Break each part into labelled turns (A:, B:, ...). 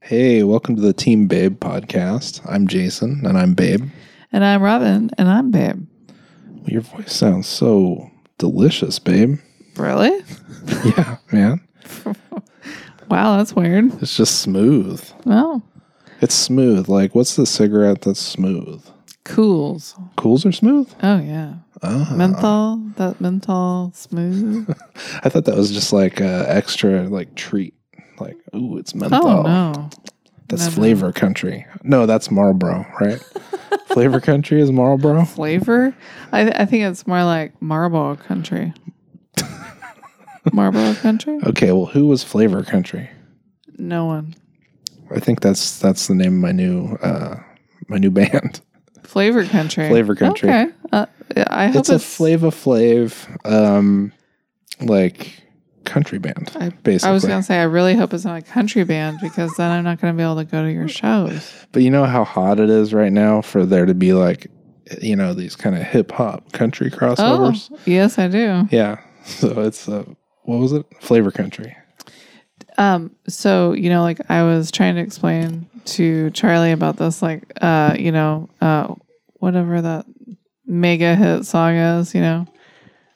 A: Hey, welcome to the Team Babe podcast. I'm Jason and I'm Babe.
B: And I'm Robin, and I'm Babe.
A: Your voice sounds so delicious, babe.
B: Really?
A: Yeah, man.
B: Wow, that's weird.
A: It's just smooth.
B: Well,
A: It's smooth. Like, what's the cigarette that's smooth?
B: cools.
A: Cools are smooth?
B: Oh yeah,
A: Ah.
B: menthol. That menthol smooth.
A: I thought that was just like a extra like treat. Like, ooh, it's menthol.
B: Oh no,
A: That's
B: no, no.
A: flavor country. No, that's Marlboro, right? flavor country is Marlboro.
B: flavor. I I think it's more like Marlboro Country. Marlboro Country.
A: Okay, well, who was flavor country?
B: No one.
A: I think that's that's the name of my new uh my new band.
B: Flavor Country.
A: Flavor Country.
B: Okay. Uh, I hope
A: it's
B: it's,
A: a Flava Flav, um, like country band,
B: I-
A: basically.
B: I was gonna say I really hope it's not a country band because then I'm not gonna be able to go to your shows.
A: but you know how hot it is right now for there to be like, you know, these kind of hip hop country
B: Oh,
A: crossovers.
B: yes, I do.
A: Yeah, so it's uh, what was it? Flavor Country.
B: Um, so you know, like I was trying to explain to Charlie about this, like uh, you know, uh whatever that mega hit song is, you know,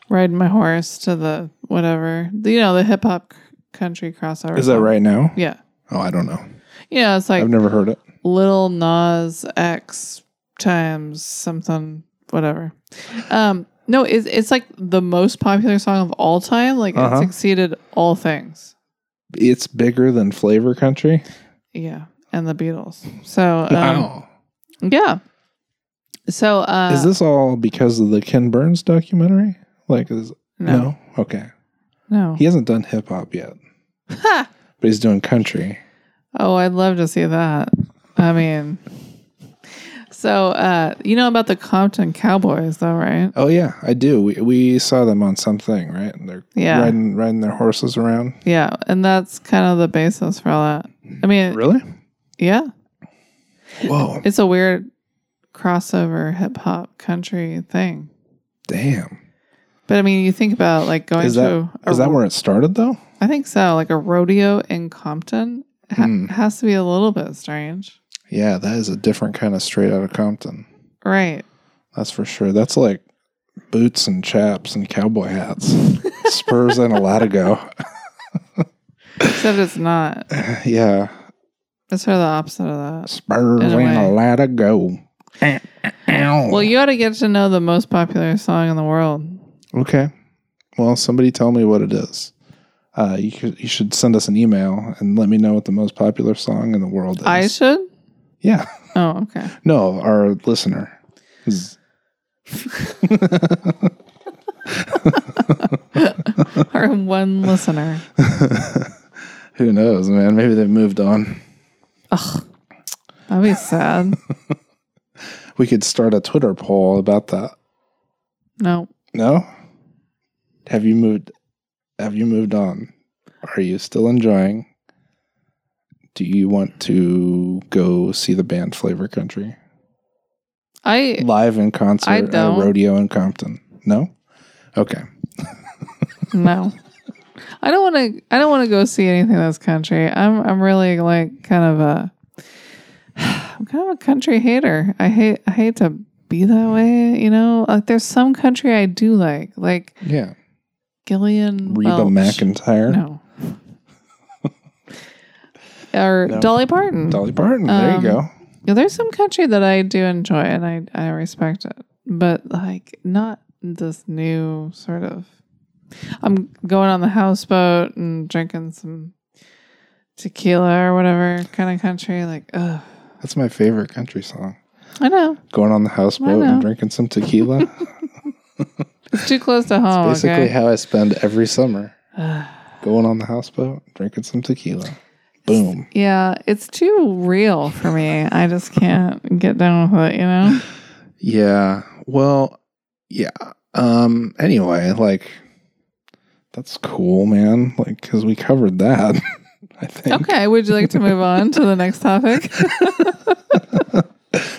B: riding my horse to the whatever, the- you know, the hip hop c- country crossover.
A: Is that
B: song.
A: right now?
B: Yeah.
A: Oh, I don't know.
B: You know, it's like
A: I've never heard it.
B: little Nas X times something, whatever. Um, no, it's it's like the most popular song of all time. Like
A: Uh-huh.
B: it's exceeded all things.
A: It's bigger than Flavor Country.
B: Yeah, and the Beatles. So um,
A: Wow.
B: Yeah. So uh,
A: is this all because of the Ken Burns documentary? Like, is
B: no
A: no? Okay,
B: no?
A: he hasn't done hip hop yet,
B: Ha!
A: but he's doing country.
B: Oh, I'd love to see that. I mean, so uh, you know about the Compton Cowboys, though, right?
A: Oh yeah, I do. We we saw them on something, right? And they're
B: Yeah.
A: riding riding their horses around.
B: Yeah, and that's kind of the basis for all that. I mean,
A: Really?
B: yeah,
A: Whoa!
B: it's a weird crossover hip hop country thing.
A: Damn.
B: But I mean, you think about like going
A: Is that
B: to a
A: is that where it started though?
B: I think so, like a rodeo in Compton ha-
A: Hmm.
B: has to be a little bit strange,
A: Yeah, that is a different kind of straight out of Compton.
B: right?
A: That's for sure. That's like boots and chaps and cowboy hats, spurs and a latigo.
B: Except it's not.
A: Yeah,
B: That's sort of the opposite of that.
A: spurs
B: In
A: and
B: a
A: a
B: way.
A: latigo.
B: Well, you ought to get to know the most popular song in the world.
A: Okay. Well, somebody tell me what it is. Uh, you could, you should send us an email and let me know what the most popular song in the world is.
B: I should?
A: yeah.
B: Oh, okay.
A: No, our listener. is-
B: Our one listener.
A: Who knows, man? Maybe they moved on.
B: That'd be sad.
A: We could start a Twitter poll about that.
B: No.
A: No? Have you moved have you moved on? Are you still enjoying? Do you want to go see the band Flavor Country?
B: I
A: Live in concert
B: I
A: at a
B: don't.
A: rodeo in Compton. No? Okay.
B: no. I don't want to I don't want to go see anything that's country. I'm I'm really like kind of a I'm kind of a country hater. I hate I hate to be that way, you know? Like there's some country I do like, like
A: Yeah.
B: Gillian
A: Reba
B: Welch.
A: McIntyre.
B: No. or
A: No.
B: Dolly Parton.
A: Dolly Parton. There you
B: Um,
A: go.
B: Yeah, there's some country that I do enjoy and I, I respect it, but like not this new sort of. I'm going on the houseboat and drinking some tequila or whatever kind of country. Like, ugh.
A: That's my favorite country song.
B: I know.
A: Going on the houseboat
B: know.
A: and drinking some tequila.
B: It's too close to home.
A: basically
B: Oh, okay?
A: how I spend every summer. Going on the houseboat, drinking some tequila. Boom.
B: yeah, it's too real for me. I just can't get down with it, you know?
A: Yeah. Well, yeah. Um anyway, like that's cool, man. Like cuz we covered that. I think.
B: Okay, would you like to move on to the next topic?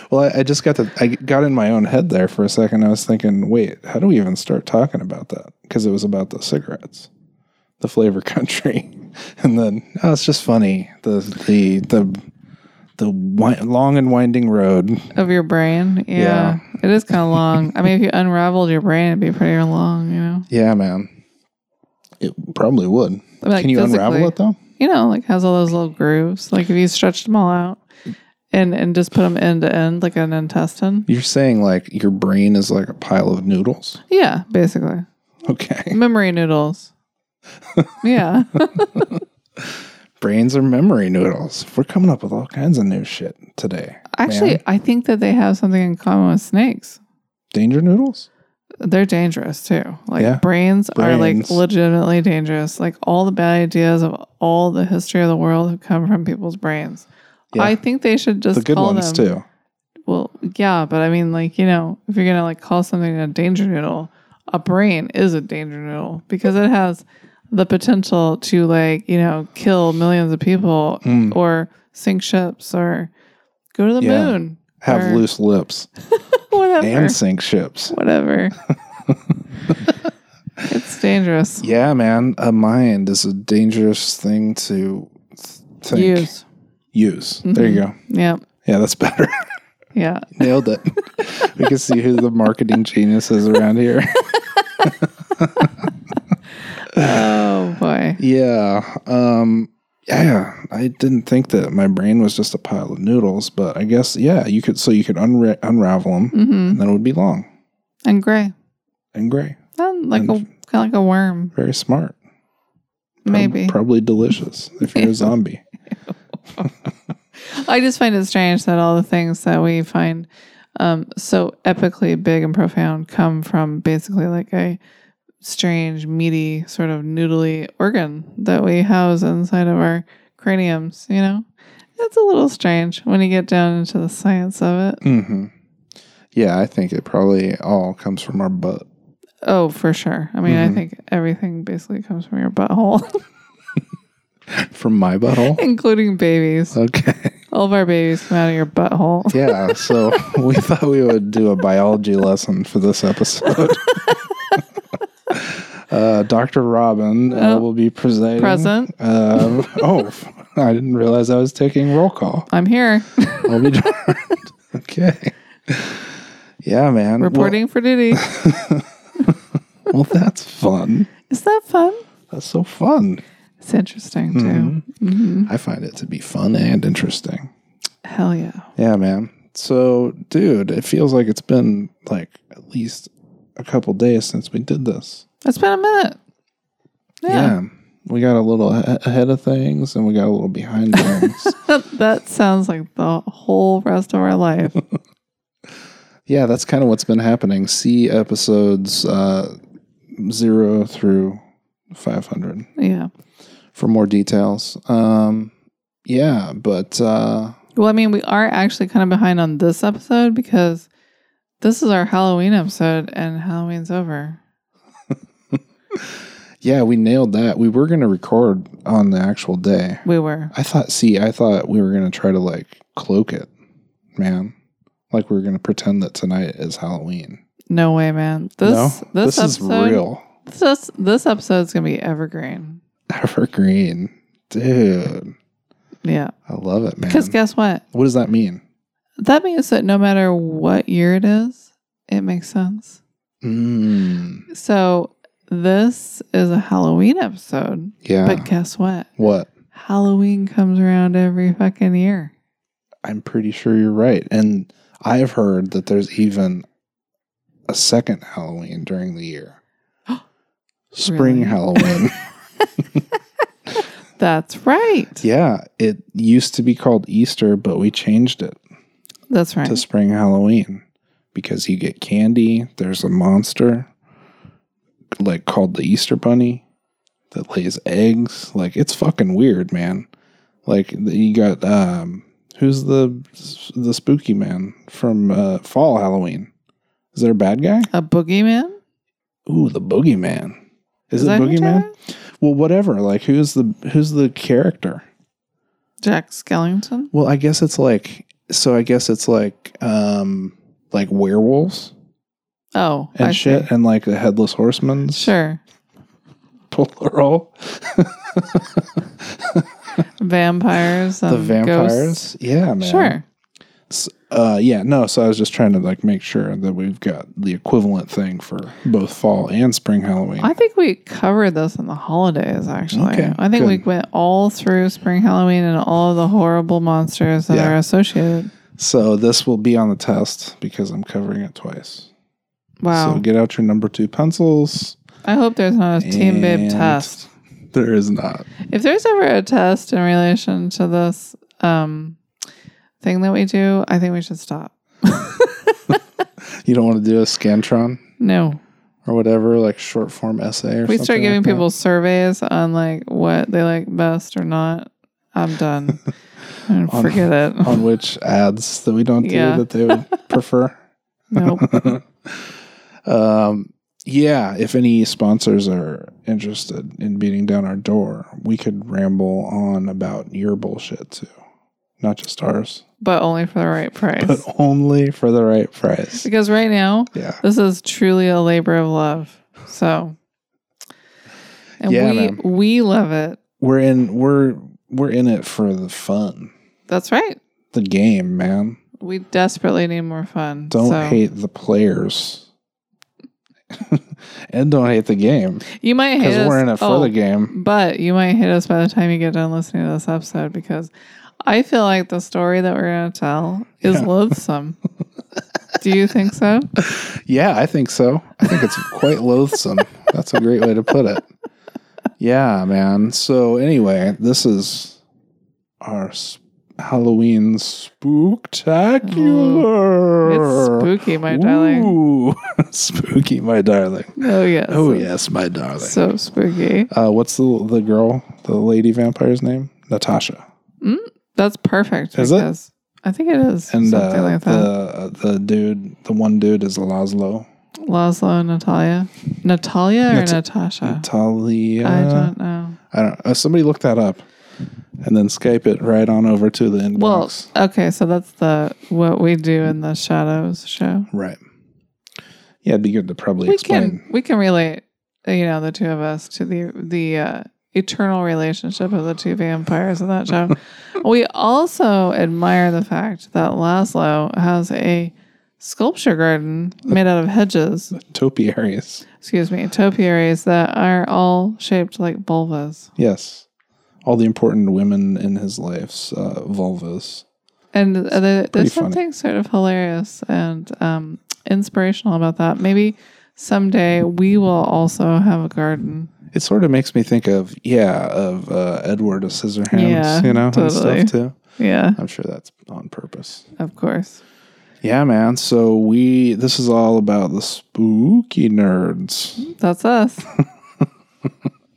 A: Well, I, I just got the I got in my own head there for a second. I was thinking, wait, how do we even start talking about that? Cuz it was about the cigarettes. The flavor country. and then oh, it's just funny the the the the wi- long and winding road.
B: of your brain. Yeah.
A: Yeah.
B: It is kind of long. I mean, if you unraveled your brain, it'd be pretty long, you know?
A: Yeah, man. It probably would.
B: I mean, like,
A: Can you unravel
B: physically.
A: it though?
B: You know, like has all those little grooves. Like if you stretched them all out and, and just put them end to end, like an intestine.
A: You're saying like your brain is like a pile of noodles.
B: Yeah, basically.
A: Okay.
B: Memory noodles. yeah.
A: Brains are memory noodles. We're coming up with all kinds of new shit today.
B: Actually,
A: Man.
B: I think that they have something in common with snakes.
A: Danger noodles?
B: They're dangerous too. Like
A: Yeah.
B: brains, are like
A: Brains.
B: legitimately dangerous. Like all the bad ideas of all the history of the world have come from people's brains.
A: Yeah.
B: I think they should just
A: the good
B: call
A: ones
B: them.
A: too.
B: Well, yeah, but I mean, like you know, if you're gonna like call something a danger noodle, a brain is a danger noodle because it has the potential to like you know kill millions of people
A: Mm.
B: or sink ships or go to the
A: Yeah.
B: moon.
A: Have
B: or
A: loose lips
B: whatever.
A: and sink ships.
B: whatever. it's dangerous.
A: Yeah, man. A mind is a dangerous thing to th- think.
B: Use. Mm-hmm.
A: Use. There you go.
B: Yeah.
A: Yeah, that's better.
B: Yeah.
A: Nailed it. we can see who the marketing genius is around here.
B: Oh boy.
A: Yeah. Um yeah, I didn't think that my brain was just a pile of noodles, but I guess yeah, you could so you could unra- unravel them
B: Mm-hmm.
A: and then it would be long
B: And gray.
A: and gray.
B: And like a kind
A: And-
B: of like a worm,
A: Very smart. Prob-
B: maybe.
A: probably delicious if you're a zombie.
B: I just find it strange that all the things that we find um, so epically big and profound come from basically like a strange, meaty, sort of noodly organ that we house inside of our craniums, you know? It's a little strange when you get down into the science of it.
A: Mhm. Yeah, I think it probably all comes from our butt.
B: Oh, for sure. I mean, I
A: Mhm.
B: think everything basically comes from your butthole,
A: From my butthole.
B: including babies.
A: Okay.
B: All of our babies come out of your butthole.
A: Yeah, so we thought we would do a biology lesson for this episode. uh, Dr. Robin uh,
B: Oh.
A: will be presiding.
B: Present.
A: Uh, oh, I didn't realize I was taking roll call.
B: I'm here
A: I'll be darned. okay. Yeah, man. Well-
B: reporting for duty.
A: Well, that's fun.
B: Is that fun?
A: That's so fun.
B: It's interesting too. Mm-hmm.
A: I find it to be fun and interesting.
B: Hell yeah.
A: Yeah, man. So, dude, it feels like it's been like at least a couple days since we did this.
B: It's been a minute. Yeah.
A: yeah. We got a little a- ahead of things and we got a little behind things.
B: that sounds like the whole rest of our life.
A: yeah, that's kind of what's been happening. See episodes uh, zero through 500
B: yeah.
A: for more details. Um, yeah, but uh,
B: Well, I mean, we are actually kind of behind on this episode because this is our Halloween episode and Halloween's over.
A: yeah, we nailed that. We were going to record on the actual day.
B: We were.
A: I thought, see, I thought we were going to try to like cloak it, man. Like we were going to pretend that tonight is Halloween.
B: No way, man. This
A: no,
B: this,
A: this is
B: episode
A: real.
B: This this episode's gonna be evergreen.
A: Evergreen. Dude,
B: Yeah.
A: I love it, man.
B: Because guess what?
A: What does that mean?
B: That means that no matter what year it is, it makes sense.
A: Mm,
B: So this is a Halloween episode.
A: yeah.
B: But guess what?
A: what?
B: Halloween comes around every fucking year.
A: I'm pretty sure you're right. And I've heard that there's even a second Halloween during the year. Spring
B: Really?
A: Halloween.
B: That's right.
A: yeah. It used to be called Easter, but we changed it
B: That's right.
A: to Spring Halloween because you get candy. There's a monster, like called the Easter Bunny, that lays eggs. Like, it's fucking weird, man. Like, you got, um, who's the the spooky man from uh, Fall Halloween? Is there a bad guy?
B: a boogeyman?
A: Ooh, the boogeyman. Is,
B: that
A: it
B: who you're
A: boogeyman?
B: talking about?
A: Well, whatever. Like, who's the who's the character?
B: Jack Skellington?
A: Well, I guess it's like so. I guess it's like um like werewolves.
B: Oh,
A: and
B: I
A: shit,
B: See.
A: and like the headless horseman's
B: Sure.
A: plural.
B: vampires.
A: the
B: and
A: vampires. Yeah, man.
B: Um, Ghosts. Sure.
A: S- Uh, yeah, no. So I was just trying to like make sure that we've got the equivalent thing for both fall and spring Halloween.
B: I think we covered this in the holidays, actually.
A: Okay,
B: I think we
A: good.
B: went all through spring Halloween and all the horrible monsters that
A: Yeah.
B: are associated.
A: so this will be on the test because I'm covering it twice.
B: Wow.
A: So get out your number two pencils.
B: I hope there's not a Team Babe
A: and-
B: test.
A: There is not.
B: If there's ever a test in relation to this um, thing that we do, I think we should stop.
A: You don't want to do a Scantron
B: No.
A: or whatever, like short form essay or
B: we
A: something.
B: start giving
A: like that?
B: people surveys on like what they like best or not. I'm done. And
A: On-
B: forget it.
A: on which ads that we don't do
B: Yeah.
A: that they would prefer.
B: nope.
A: um, yeah, if any sponsors are interested in beating down our door, we could ramble on about your bullshit too, not just ours,
B: But only for the right price.
A: but only for the right price.
B: because right now,
A: Yeah,
B: this is truly a labor of love. So, and
A: Yeah,
B: we
A: man.
B: we love it.
A: we're in we're we're in it for the fun,
B: That's right.
A: the game, man.
B: We desperately need more fun.
A: Don't
B: so.
A: hate the players. and don't hate the game
B: You might hate
A: because
B: us.
A: we're in it for
B: oh,
A: the game.
B: But you might hate us by the time you get done listening to this episode because I feel like the story that we're going to tell is
A: Yeah.
B: loathsome. Do you think so?
A: Yeah, I think so. I think it's quite loathsome. That's a great way to put it. Yeah, man. So anyway, this is our s-
B: Oh,
A: Halloween
B: It's
A: spooktacular.
B: spooky, my darling.
A: Ooh, spooky, my darling.
B: Oh, yes.
A: Oh yes, my darling.
B: So spooky.
A: uh, what's the the girl, the lady vampire's name? Natasha.
B: That's perfect.
A: Is it?
B: because- I think it is.
A: And
B: something
A: uh,
B: like
A: the
B: that.
A: uh, the dude, the one dude is Laszlo.
B: Laszlo and Natalia. Natalia or
A: Nat-
B: Natasha?
A: Natalia.
B: Uh, I don't know.
A: I don't. Uh, somebody look that up, and then Skype it right on over to the inbox.
B: Well, okay, so that's the what we do in the shadows show.
A: right. Yeah, it'd be good to probably
B: we
A: explain.
B: can we can relate you know the two of us to the the uh, eternal relationship of the two vampires in that show we also admire the fact that laszlo has a sculpture garden made out of hedges
A: Topiaries.
B: excuse me topiaries that are all shaped like vulvas
A: Yes, all the important women in his life's uh, vulvas.
B: and there,
A: pretty
B: there's
A: funny.
B: something sort of hilarious and um, inspirational about that maybe someday we will also have a garden
A: It sort of makes me think of yeah of uh, Edward of Scissorhands,
B: Yeah,
A: you know,
B: totally.
A: and stuff too.
B: yeah
A: I'm sure that's on purpose.
B: of course
A: Yeah, man. So we this is all about the spooky nerds.
B: That's us.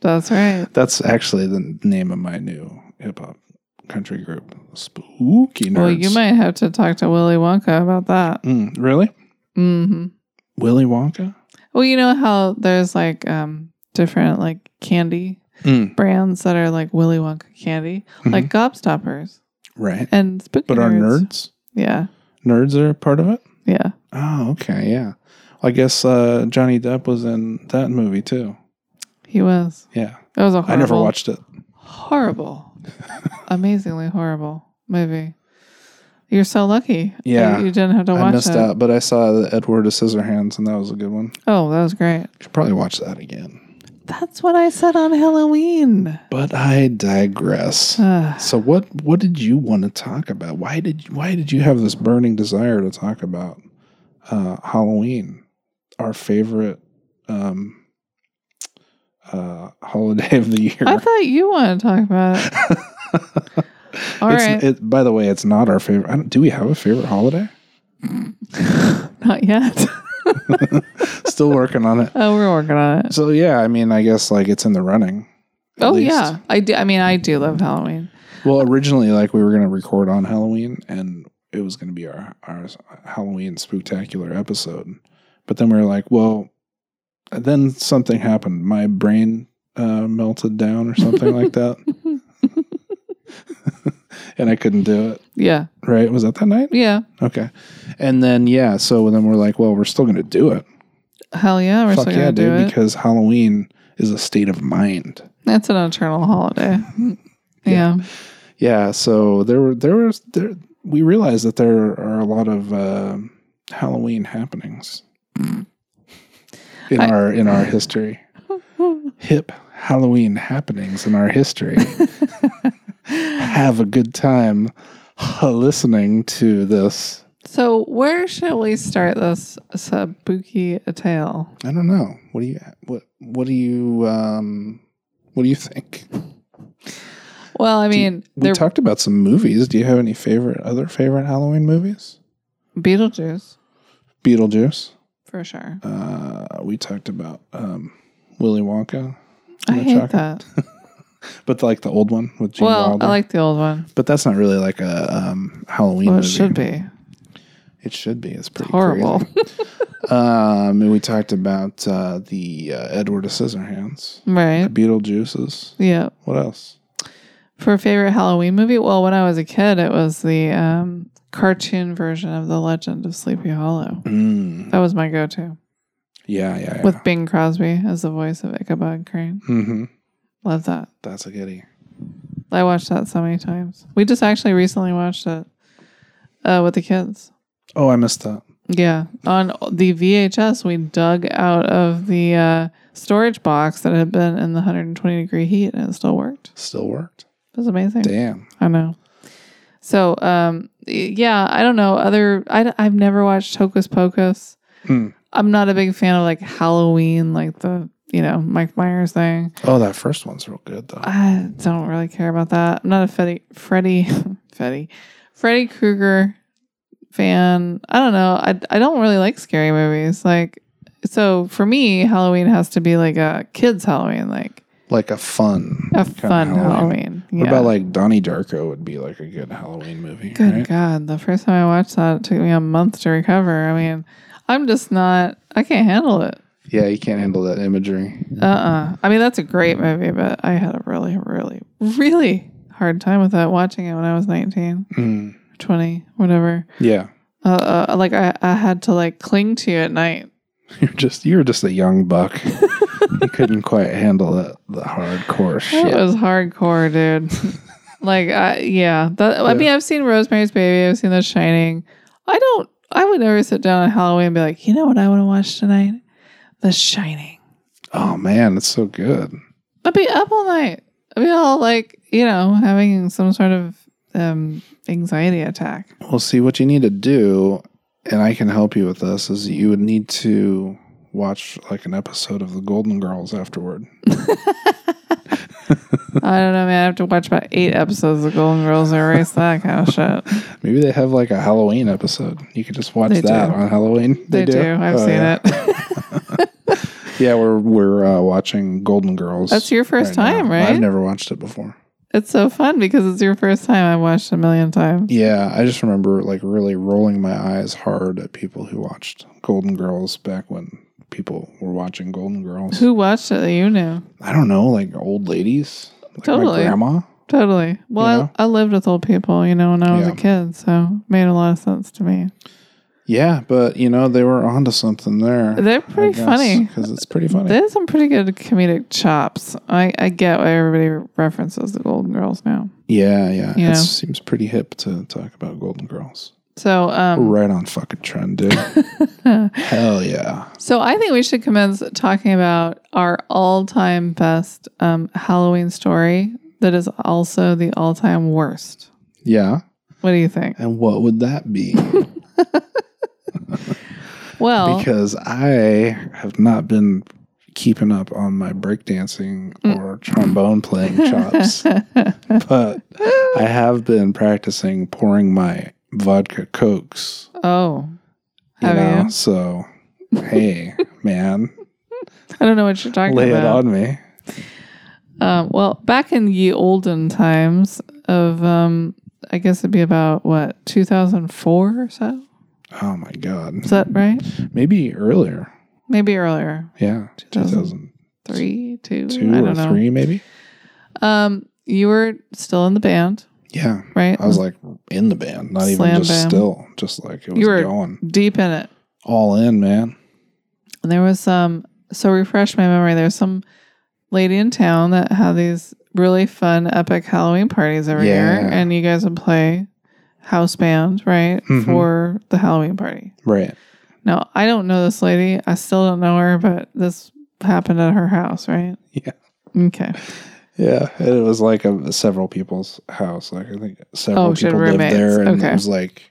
B: That's right.
A: That's actually the name of my new hip hop country group, Spooky Nerds.
B: Well, you might have to talk to Willy Wonka about that.
A: Mm, really?
B: hmm
A: Willy Wonka?
B: Well, you know how there's like um, different like candy
A: Mm,
B: brands that are like Willy Wonka candy, like Gobstoppers
A: right.
B: and Spooky
A: Mm-hmm. But are nerds?
B: Yeah,
A: Nerds are part of it?
B: yeah,
A: Oh, okay. Yeah. I guess uh, Johnny Depp was in that movie too.
B: he was.
A: Yeah.
B: It was a horrible,
A: I never watched it.
B: horrible, amazingly horrible movie. You're so lucky.
A: Yeah.
B: you, you didn't have to
A: I
B: watch
A: missed
B: it.
A: out, but I saw the Edward of Scissorhands, and that was a good one.
B: Oh, that was great.
A: Should probably watch that again.
B: That's what I said on Halloween.
A: But I digress.
B: Ugh.
A: So what what did you want to talk about? Why did why did you have this burning desire to talk about uh, Halloween, our favorite um, uh, holiday of the year?
B: I thought you wanted to talk about it. All
A: it's,
B: right.
A: it, by the way, it's not our favorite. I don't, do we have a favorite holiday?
B: Not yet.
A: Still working on it.
B: oh, we're working on it.
A: So yeah, I mean, I guess like it's in the running. at
B: oh,
A: least.
B: yeah. I do. I mean, I do love Halloween.
A: Well, originally, like we were gonna record on Halloween, and it was gonna be our our Halloween spooktacular episode. But then we were like, well, then something happened. My brain uh, melted down or something like that, and I couldn't do it.
B: Yeah.
A: Right? Was that that night?
B: Yeah.
A: Okay. And then yeah, so then we're like, well, we're still gonna do it.
B: Hell yeah. We're
A: Fuck
B: still
A: yeah,
B: going to do
A: dude!
B: it.
A: Because Halloween is a state of mind.
B: That's an eternal holiday. Yeah.
A: Yeah, so there were there was there we realized that there are a lot of uh, Halloween happenings in
B: I-
A: our in our history. Hip Halloween happenings in our history. Have a good time listening to this.
B: So where should we start this spooky tale?
A: I don't know. What do you what what do you um what do you think?
B: Well, I
A: Do you-
B: mean,
A: We
B: they're
A: talked about some movies. Do you have any favorite other favorite Halloween movies?
B: Beetlejuice
A: Beetlejuice.
B: for sure.
A: Uh, we talked about um, Willy Wonka,
B: I
A: the
B: hate
A: chocolate.
B: that.
A: but like the old one with Gene
B: well,
A: Wilder.
B: I like the old one.
A: but that's not really like a um, Halloween
B: Well, it
A: movie.
B: should be.
A: It should be. It's pretty
B: Horrible.
A: crazy. um, and we talked about uh, the uh, Edward of Scissorhands, the
B: right.
A: Beetlejuices.
B: Yeah.
A: What else?
B: For favorite Halloween movie? Well, when I was a kid, it was the um, cartoon version of The Legend of Sleepy Hollow.
A: Mm.
B: That was my go to.
A: Yeah, yeah, yeah.
B: With Bing Crosby as the voice of Ichabod Crane.
A: hmm
B: Love that.
A: That's a goodie.
B: I watched that so many times. We just actually recently watched it uh, with the kids.
A: Oh, I missed that.
B: Yeah. On the VHS, we dug out of the uh, storage box that had been in the 120 degree heat and it still worked.
A: Still worked.
B: It was amazing.
A: Damn.
B: I know. So, um, y- yeah, I don't know. Other, I, have never watched Hocus Pocus.
A: Hmm.
B: I'm not a big fan of like Halloween, like the, you know, Mike Myers thing.
A: Oh, that first one's real good though.
B: I don't really care about that. I'm not a Freddy, Freddy, Freddy, Freddy Krueger fan. I don't know. I, I don't really like scary movies. Like, so for me, Halloween has to be like a kid's Halloween, like
A: like a fun,
B: a
A: kind of
B: fun Halloween.
A: What about like Donnie Darko would be like a good Halloween movie?
B: Good
A: right?
B: God. The first time I watched that, it took me a month to recover. I mean, I'm just not, I can't handle it.
A: Yeah, you can't handle that imagery.
B: Uh uh I mean, that's a great movie, but I had a really, really, really hard time with that watching it when I was 19,
A: Mm.
B: 20, whatever.
A: Yeah,
B: Uh, uh, like, I, I had to like cling to you at night.
A: you're just you're just a young buck. you couldn't quite handle the, the hardcore
B: It
A: shit.
B: was hardcore, dude. like, I, yeah. That, I mean, I've seen Rosemary's Baby, I've seen The Shining. I don't, I would never sit down on Halloween and be like, you know what I want to watch tonight? The Shining.
A: Oh man, it's so good.
B: I'd be up all night. I'd be all like, you know, having some sort of um, anxiety attack.
A: Well, see what you need to do, and I can help you with this. Is you would need to watch like an episode of The Golden Girls afterward.
B: I don't know, man. I have to watch about eight episodes of Golden Girls to erase that kind of shit.
A: Maybe they have like a Halloween episode. You could just watch
B: They
A: that
B: do.
A: on Halloween.
B: They, do. I've
A: Oh,
B: seen
A: yeah.
B: it.
A: Yeah, we're we're uh, watching Golden Girls.
B: That's your first
A: right now.
B: time, right?
A: I've never watched it before.
B: It's so fun because it's your first time. I watched it a million times.
A: Yeah, I just remember like really rolling my eyes hard at people who watched Golden Girls back when people were watching Golden Girls.
B: Who watched it that you knew?
A: I don't know, like old ladies, like my
B: Totally.
A: grandma.
B: Totally. Well,
A: Yeah.
B: I, I lived with old people, you know, when I was
A: Yeah.
B: a kid, so it made a lot of sense to me.
A: Yeah, but you know they were onto something there.
B: They're pretty funny.
A: because it's pretty funny.
B: They had some pretty good comedic chops. I, I get why everybody references the Golden Girls now.
A: yeah, yeah,
B: Yeah.
A: it seems pretty hip to talk about Golden Girls.
B: So, um,
A: right on fucking trend, dude. Hell yeah.
B: so I think we should commence talking about our all-time best um, Halloween story that is also the all-time worst.
A: Yeah.
B: What do you think?
A: And what would that be?
B: Well,
A: because I have not been keeping up on my breakdancing
B: Mm.
A: or trombone playing chops, but I have been practicing pouring my vodka cokes.
B: oh,
A: You
B: have
A: know,
B: you?
A: so hey, man,
B: I don't know what you're talking
A: lay it
B: about.
A: on me.
B: Um, well, back in ye olden times of, um, I guess it'd be about what 2004 or so.
A: Oh my god,
B: Is that right?
A: maybe earlier.
B: Maybe earlier.
A: Yeah, two
B: 2000.
A: thousand
B: three, two,
A: two
B: I
A: or
B: don't know.
A: three, maybe.
B: Um, you were still in the band,
A: Yeah,
B: right?
A: I was like in the band, not even
B: Slam
A: just
B: bam.
A: still, just like it was
B: You were-
A: going
B: deep in it.
A: all in, man.
B: um, And there was some. So refresh my memory. There was some lady in town that had these really fun, epic Halloween parties every
A: Yeah.
B: year, and you guys would play house band, right,
A: Mhm.
B: for the Halloween party.
A: Right.
B: Now, I don't know this lady. I still don't know her, but this happened at her house, right?
A: Yeah.
B: Okay.
A: Yeah. And it was like a, several people's house. Like I think several
B: Oh, she had
A: people lived
B: roommates.
A: there, and
B: Okay.
A: it was like,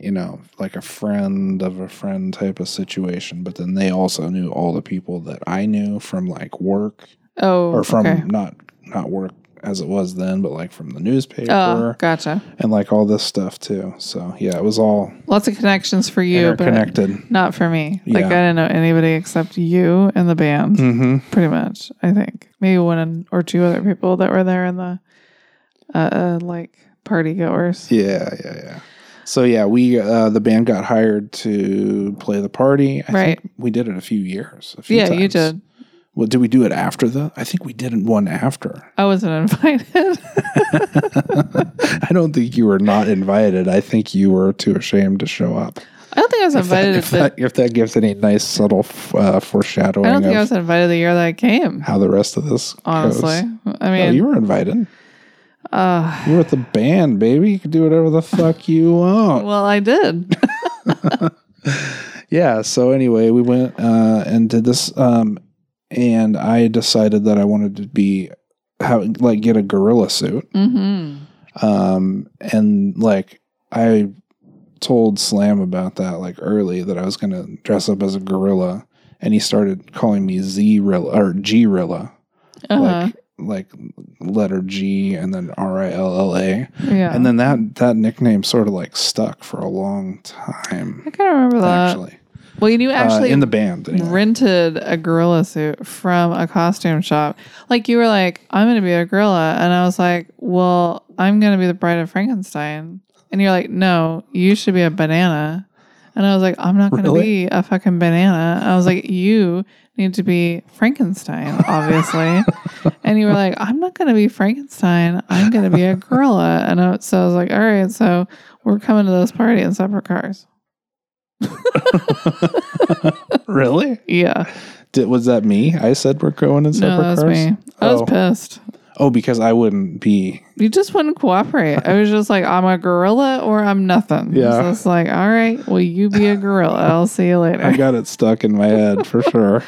A: you know, like a friend of a friend type of situation. But then they also knew all the people that I knew from like work
B: Oh,
A: or from
B: okay.
A: not not work as it was then, but like from the newspaper
B: Oh, gotcha.
A: and like all this stuff too. So yeah, it was all
B: Lots of connections for you, but
A: interconnected.
B: not for me. Like
A: Yeah.
B: I didn't know anybody except you and the band,
A: Mm-hmm.
B: pretty much. I think maybe one or two other people that were there in the uh, uh like party goers.
A: Yeah, yeah, yeah. So yeah, we uh, the band got hired to play the party. I
B: Right.
A: think we did it a few years. A few
B: Yeah, you
A: times.
B: did.
A: Well, did we do it after the? I think we did it one after.
B: I wasn't invited.
A: I don't think you were not invited. I think you were too ashamed to show up.
B: I don't think I was
A: If that,
B: invited.
A: if
B: the,
A: that, if that gives any nice subtle f- uh, foreshadowing
B: I don't
A: of
B: think I was invited the year that I came.
A: how the rest of this
B: Honestly,
A: goes.
B: I
A: No,
B: mean,
A: you were invited.
B: uh,
A: You were with the band, baby. You could do whatever the fuck you want.
B: well, I did.
A: yeah so anyway we went uh and did this um and i decided that i wanted to be how like get a gorilla suit
B: hmm
A: um and like i told slam about that like early that i was gonna dress up as a gorilla and he started calling me z-rilla or g-rilla
B: Uh-huh.
A: like like letter g and then r-i-l-l-a
B: yeah,
A: and then that that nickname sort of like stuck for a long time
B: I kind of remember that.
A: actually
B: well, you
A: Uh,
B: actually
A: in the band anyway.
B: rented a gorilla suit from a costume shop. Like you were like, I'm gonna be a gorilla, and I was like, Well, I'm gonna be the bride of Frankenstein, and you're like, No, you should be a banana, and I was like, I'm not gonna
A: Really?
B: be a fucking banana. I was like, You need to be Frankenstein, obviously, and you were like, I'm not gonna be Frankenstein. I'm gonna be a gorilla, and I, so I was like, All right, so we're coming to this party in separate cars.
A: really?
B: Yeah,
A: Did, was that me? I said we're going in
B: no,
A: separate
B: that was
A: cars.
B: me. I was
A: Oh.
B: pissed.
A: Oh, because I wouldn't be.
B: You just wouldn't cooperate. I was just like, I'm a gorilla or I'm nothing.
A: Yeah.
B: So it's like, all right, well, you be a gorilla. I'll see you later.
A: I got it stuck in my head for sure.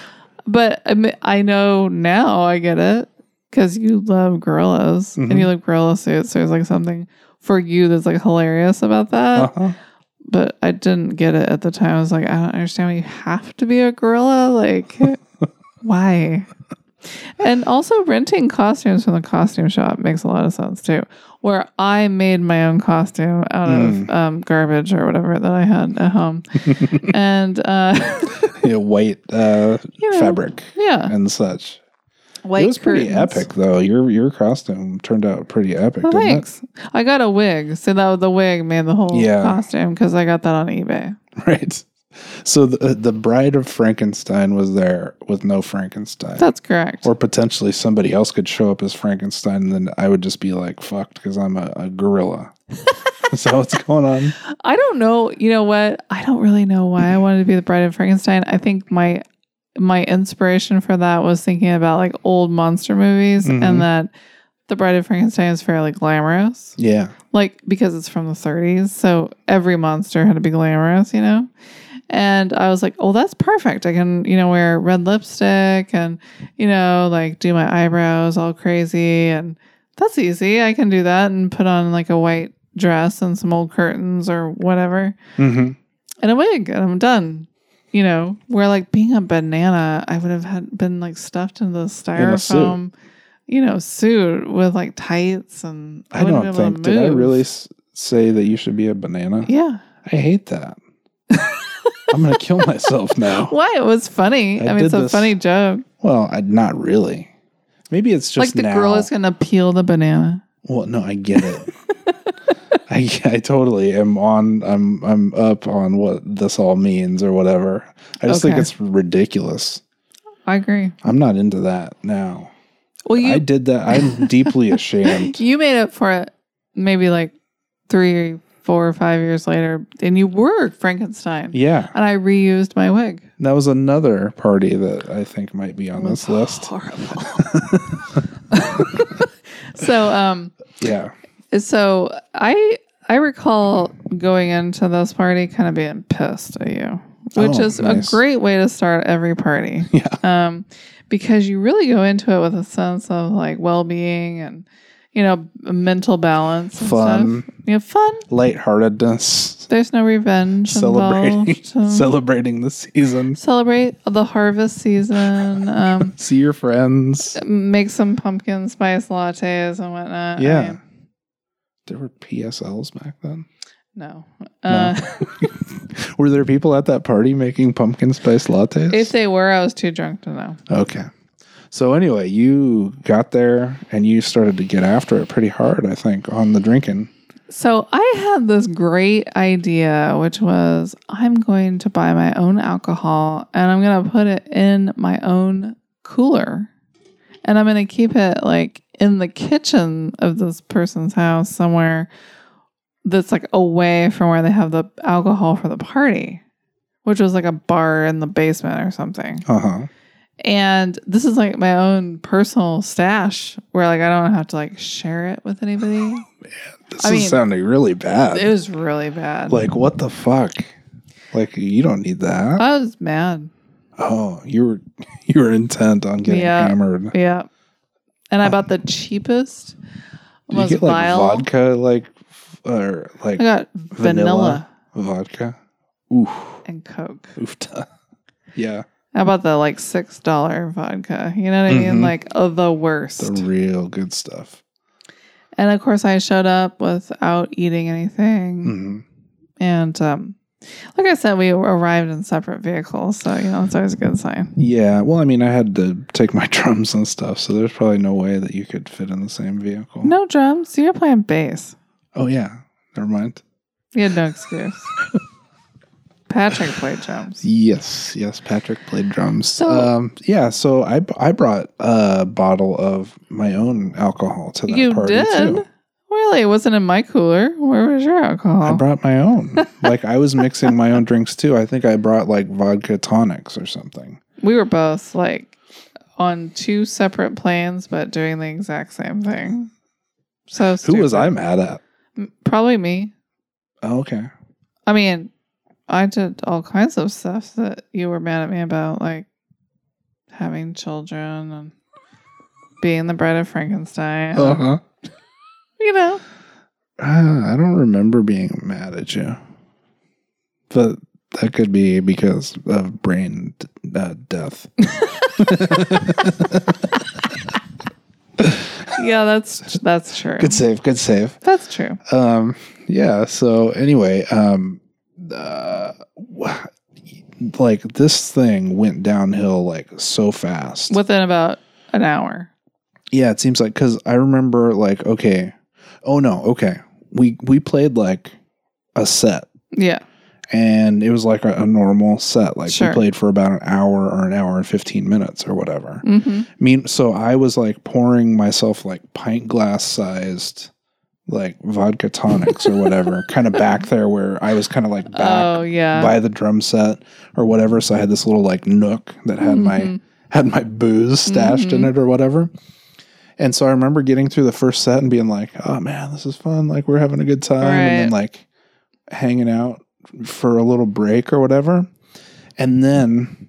B: but I, mean, I know now I get it because you love gorillas and you love gorilla suits. There's like something for you that's like hilarious about that.
A: Uh-huh.
B: But I didn't get it at the time. I was like, I don't understand why you have to be a gorilla. Like, why? And also, renting costumes from the costume shop makes a lot of sense too. Where I made my own costume out
A: Mm.
B: of um, garbage or whatever that I had at home, and uh,
A: Yeah, white uh,
B: You know.
A: fabric
B: yeah,
A: and such.
B: white.
A: it was pretty
B: curtains.
A: epic, though. Your your costume turned out pretty epic,
B: Well,
A: didn't
B: Oh, thanks. I got a wig, so that the wig made the whole
A: Yeah.
B: costume because I got that on eBay.
A: it? Right. So the uh, the bride of Frankenstein was there with no Frankenstein.
B: That's correct.
A: or potentially somebody else could show up as Frankenstein, and then I would just be like fucked because I'm a, a gorilla. so what's going on?
B: I don't know. You know what? I don't really know why I wanted to be the bride of Frankenstein. I think my my inspiration for that was thinking about like old monster movies
A: Mhm.
B: and that the bride of Frankenstein is fairly glamorous.
A: Yeah,
B: Like because it's from the 30s, so every monster had to be glamorous, you know? And I was like, "Oh, that's perfect. I can, you know, wear red lipstick and, you know, like do my eyebrows all crazy and that's easy. I can do that and put on like a white dress and some old curtains or whatever." Mm-hmm.
A: hmm
B: and a wig and I'm done. You know, where like being a banana, I would have had been like stuffed into the
A: a suit.
B: styrofoam, you know, suit with like tights and
A: I
B: wouldn't
A: don't
B: be able
A: think.
B: to
A: Did I
B: move.
A: really s- say that you should be a banana?
B: Yeah.
A: I hate that. I'm gonna kill myself now.
B: Why? It was funny.
A: I
B: I, mean, it's
A: did
B: a
A: this
B: funny joke.
A: Well, I, not really. Maybe it's just
B: Like the
A: now.
B: girl is gonna peel the banana.
A: Well, no, I get it. I, I totally am on. I'm I'm up on what this all means or whatever. I just think
B: Okay.
A: it's ridiculous.
B: I agree.
A: I'm not into that now.
B: Well, you
A: I did that. I'm deeply ashamed.
B: you made up for it maybe like three, four, or five years later, and you were Frankenstein,
A: Yeah.
B: and I reused my wig.
A: That was another party that I think might be on this list.
B: Horrible. so um
A: Yeah.
B: so I I recall going into this party kind of being pissed at you. Which
A: Oh,
B: is
A: nice.
B: a great way to start every party.
A: Yeah.
B: Um because you really go into it with a sense of like well being and you know, mental balance and
A: Fun.
B: stuff. You have fun.
A: Lightheartedness.
B: There's no revenge
A: Celebrating
B: involved. Um,
A: celebrating the season.
B: celebrate the harvest season. Um,
A: See your friends.
B: make some pumpkin spice lattes and whatnot. I
A: Yeah.
B: mean,
A: There were PSLs back then.
B: no. Uh,
A: Were there people at that party making pumpkin spice lattes?
B: if they were, I was too drunk to know.
A: okay. So anyway, you got there and you started to get after it pretty hard, I think, on the drinking.
B: So I had this great idea, which was I'm going to buy my own alcohol and I'm going to put it in my own cooler. And I'm going to keep it like in the kitchen of this person's house somewhere that's like away from where they have the alcohol for the party, which was like a bar in the basement or something.
A: Uh-huh.
B: And this is like my own personal stash where like I don't have to like share it with anybody.
A: This
B: I
A: is
B: mean,
A: sounding really bad.
B: It was really bad.
A: like what the fuck? Like you don't need that.
B: I was mad.
A: oh, you were you were intent on getting
B: Yeah.
A: hammered.
B: Yeah. And I bought the cheapest,
A: Did you
B: most
A: get like
B: vile.
A: vodka like f- or like
B: I got vanilla,
A: vanilla? vodka? Oof.
B: and Coke.
A: Oofta. Yeah.
B: I bought the like six dollar vodka. You know what I mean?
A: Mhm.
B: Like of the worst.
A: The real good stuff.
B: and of course, I showed up without eating anything.
A: hmm
B: And um, like I said, we arrived in separate vehicles, so you know it's always a good sign.
A: Yeah. Well, I mean, I had to take my drums and stuff, so there's probably no way that you could fit in the same vehicle.
B: No drums. You're playing bass.
A: Oh yeah. Never mind.
B: You had no excuse. Patrick played drums.
A: Yes, yes. Patrick played drums.
B: So-
A: um, yeah. So I I brought a bottle of my own alcohol to that
B: You
A: party
B: did?
A: too.
B: Really? It wasn't in my cooler. Where was your alcohol?
A: I brought my own. like I was mixing my own drinks too. I think I brought like vodka tonics or something.
B: we were both like on two separate planes, but doing the exact same thing. So
A: Who was I
B: stupid.
A: mad at?
B: M- Probably me.
A: Oh, okay.
B: I mean, I did all kinds of stuff that you were mad at me about, like having children and being the bread of Frankenstein.
A: Uh huh.
B: You know,
A: Uh, I don't remember being mad at you, but that could be because of brain d- uh, death.
B: yeah, that's that's true.
A: Good save. Good save.
B: That's true.
A: um yeah so anyway um uh wha- like this thing went downhill like so fast
B: Within about an hour.
A: yeah it seems like because i remember like okay oh no okay we we played like a set
B: Yeah.
A: and it was like a, a normal set like
B: Sure.
A: we played for about an hour or an hour and 15 minutes or whatever
B: Mm-hmm.
A: I mean, so I was like pouring myself like pint glass sized like vodka tonics or whatever, kind of back there where I was kind of like back
B: Oh yeah.
A: by the drum set or whatever. So I had this little like nook that had my
B: Mhm.
A: had my booze stashed in
B: Mhm.
A: it or whatever. And so I remember getting through the first set and being like, "Oh man, this is fun! Like we're having a good time," and then
B: Right.
A: like hanging out for a little break or whatever. And then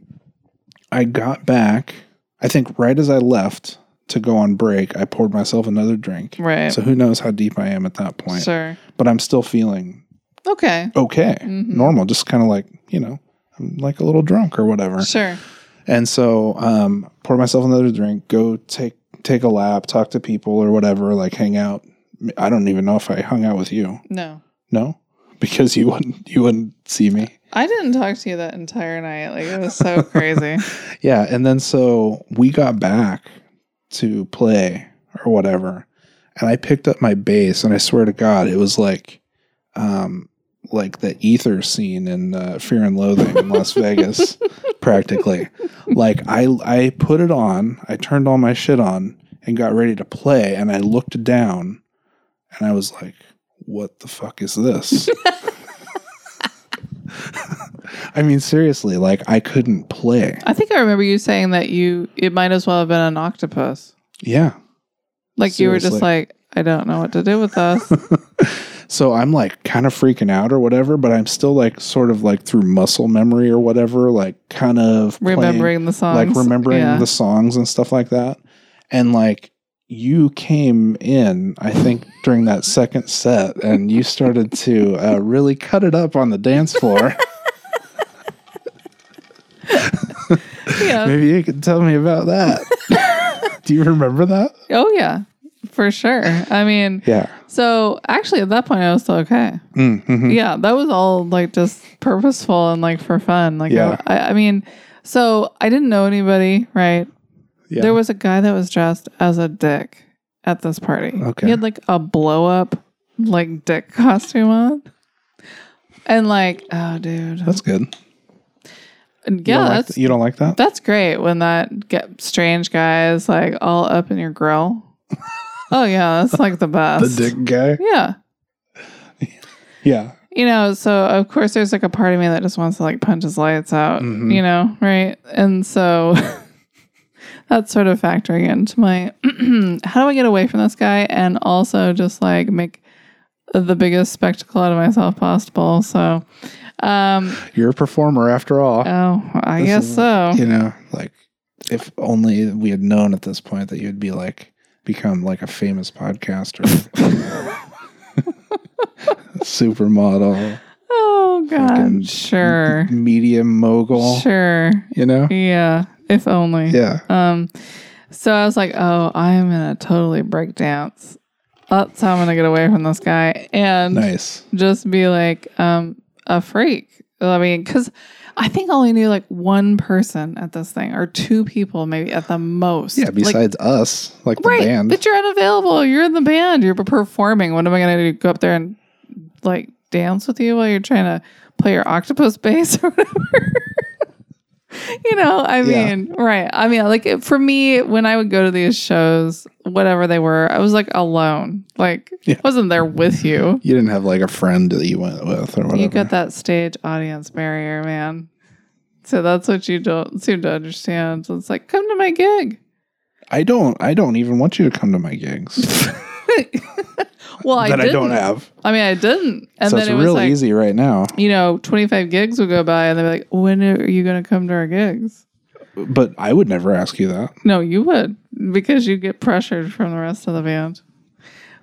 A: I got back. I think right as I left to go on break, I poured myself another drink.
B: Right.
A: So who knows how deep I am at that point?
B: Sure.
A: But I'm still feeling
B: Okay.
A: okay,
B: Mhm.
A: normal, just kind of like you know, I'm like a little drunk or whatever.
B: Sure.
A: And so, um, pour myself another drink, go take take a lap, talk to people or whatever, like hang out. I don't even know if I hung out with you.
B: No.
A: No, because you wouldn't you wouldn't see me.
B: I didn't talk to you that entire night. Like it was so crazy.
A: Yeah, and then so we got back to play or whatever, and I picked up my bass, and I swear to God, it was like, um, like the ether scene in uh, Fear and Loathing in Las Vegas, practically. Like I, I put it on, I turned all my shit on, and got ready to play, and I looked down, and I was like, "What the fuck is this?" I mean, seriously, like I couldn't play.
B: I think I remember you saying that you it might as well have been an octopus.
A: Yeah.
B: Like you were just
A: Seriously.
B: like, I don't know what to do with us.
A: So I'm like kind of freaking out or whatever, but I'm still like sort of like through muscle memory or whatever, like kind of playing-
B: remembering the songs.
A: like remembering
B: Yeah.
A: the songs and stuff like that. And like you came in, I think during that second set, and you started to uh, really cut it up on the dance floor.
B: yeah.
A: Maybe you could tell me about that. Do you remember that?
B: Oh yeah. For sure. I mean,
A: Yeah.
B: so actually at that point I was still okay.
A: Mm-hmm.
B: Yeah, that was all like just purposeful and like for fun. Like
A: Yeah.
B: I, I mean, so I didn't know anybody, right?
A: Yeah.
B: There was a guy that was dressed as a dick at this party.
A: Okay.
B: He had like a blow up like dick costume on. And like, oh dude.
A: That's good.
B: And
A: You
B: yeah,
A: don't like
B: that's
A: th- you don't like that?
B: that's great when that get strange guy is like all up in your grill. oh yeah, that's like the best.
A: dick guy.
B: Yeah.
A: Yeah.
B: you know, so of course there's like a part of me that just wants to like punch his lights out,
A: Mhm.
B: you know, right? And so that's sort of factoring into my how do I get away from this guy and also just like make the biggest spectacle out of myself possible. So, um,
A: You're a performer after all.
B: oh, I
A: This
B: guess
A: is-
B: so.
A: you know, like if only we had known at this point that you'd be like become like a famous podcaster, supermodel,
B: Oh,
A: Fucking-
B: God. Sure.
A: media mogul.
B: Sure.
A: You know,
B: Yeah. If only.
A: yeah,
B: Um, so I was like, oh, I'm gonna totally break dance. That's how I'm gonna get away from this guy and
A: nice.
B: just be like um, a freak. I mean, because I think I only knew like one person at this thing, or two people maybe at the most.
A: Yeah,
B: like,
A: besides us, like the
B: right,
A: band.
B: but you're unavailable. You're in the band. You're performing. What am I gonna do? Go up there and like dance with you while you're trying to play your octopus bass or whatever. you know, I
A: Yeah.
B: mean, right. I mean, like it, for me, when I would go to these shows, whatever they were, I was like alone. Like
A: Yeah.
B: wasn't there with you.
A: you didn't have like a friend that you went with or whatever.
B: You got that stage audience barrier, man. So that's what you don't seem to understand. So it's like, come to my gig.
A: I don't. I don't even want you to come to my gigs
B: well, I
A: that
B: didn't.
A: I don't have.
B: I mean, I didn't. And
A: so
B: then
A: it's
B: it was
A: real
B: like,
A: easy right now.
B: you know, 25 gigs would go by and they'd be like, when are you going to come to our gigs?
A: But I would never ask you that.
B: No, you would because you get pressured from the rest of the band.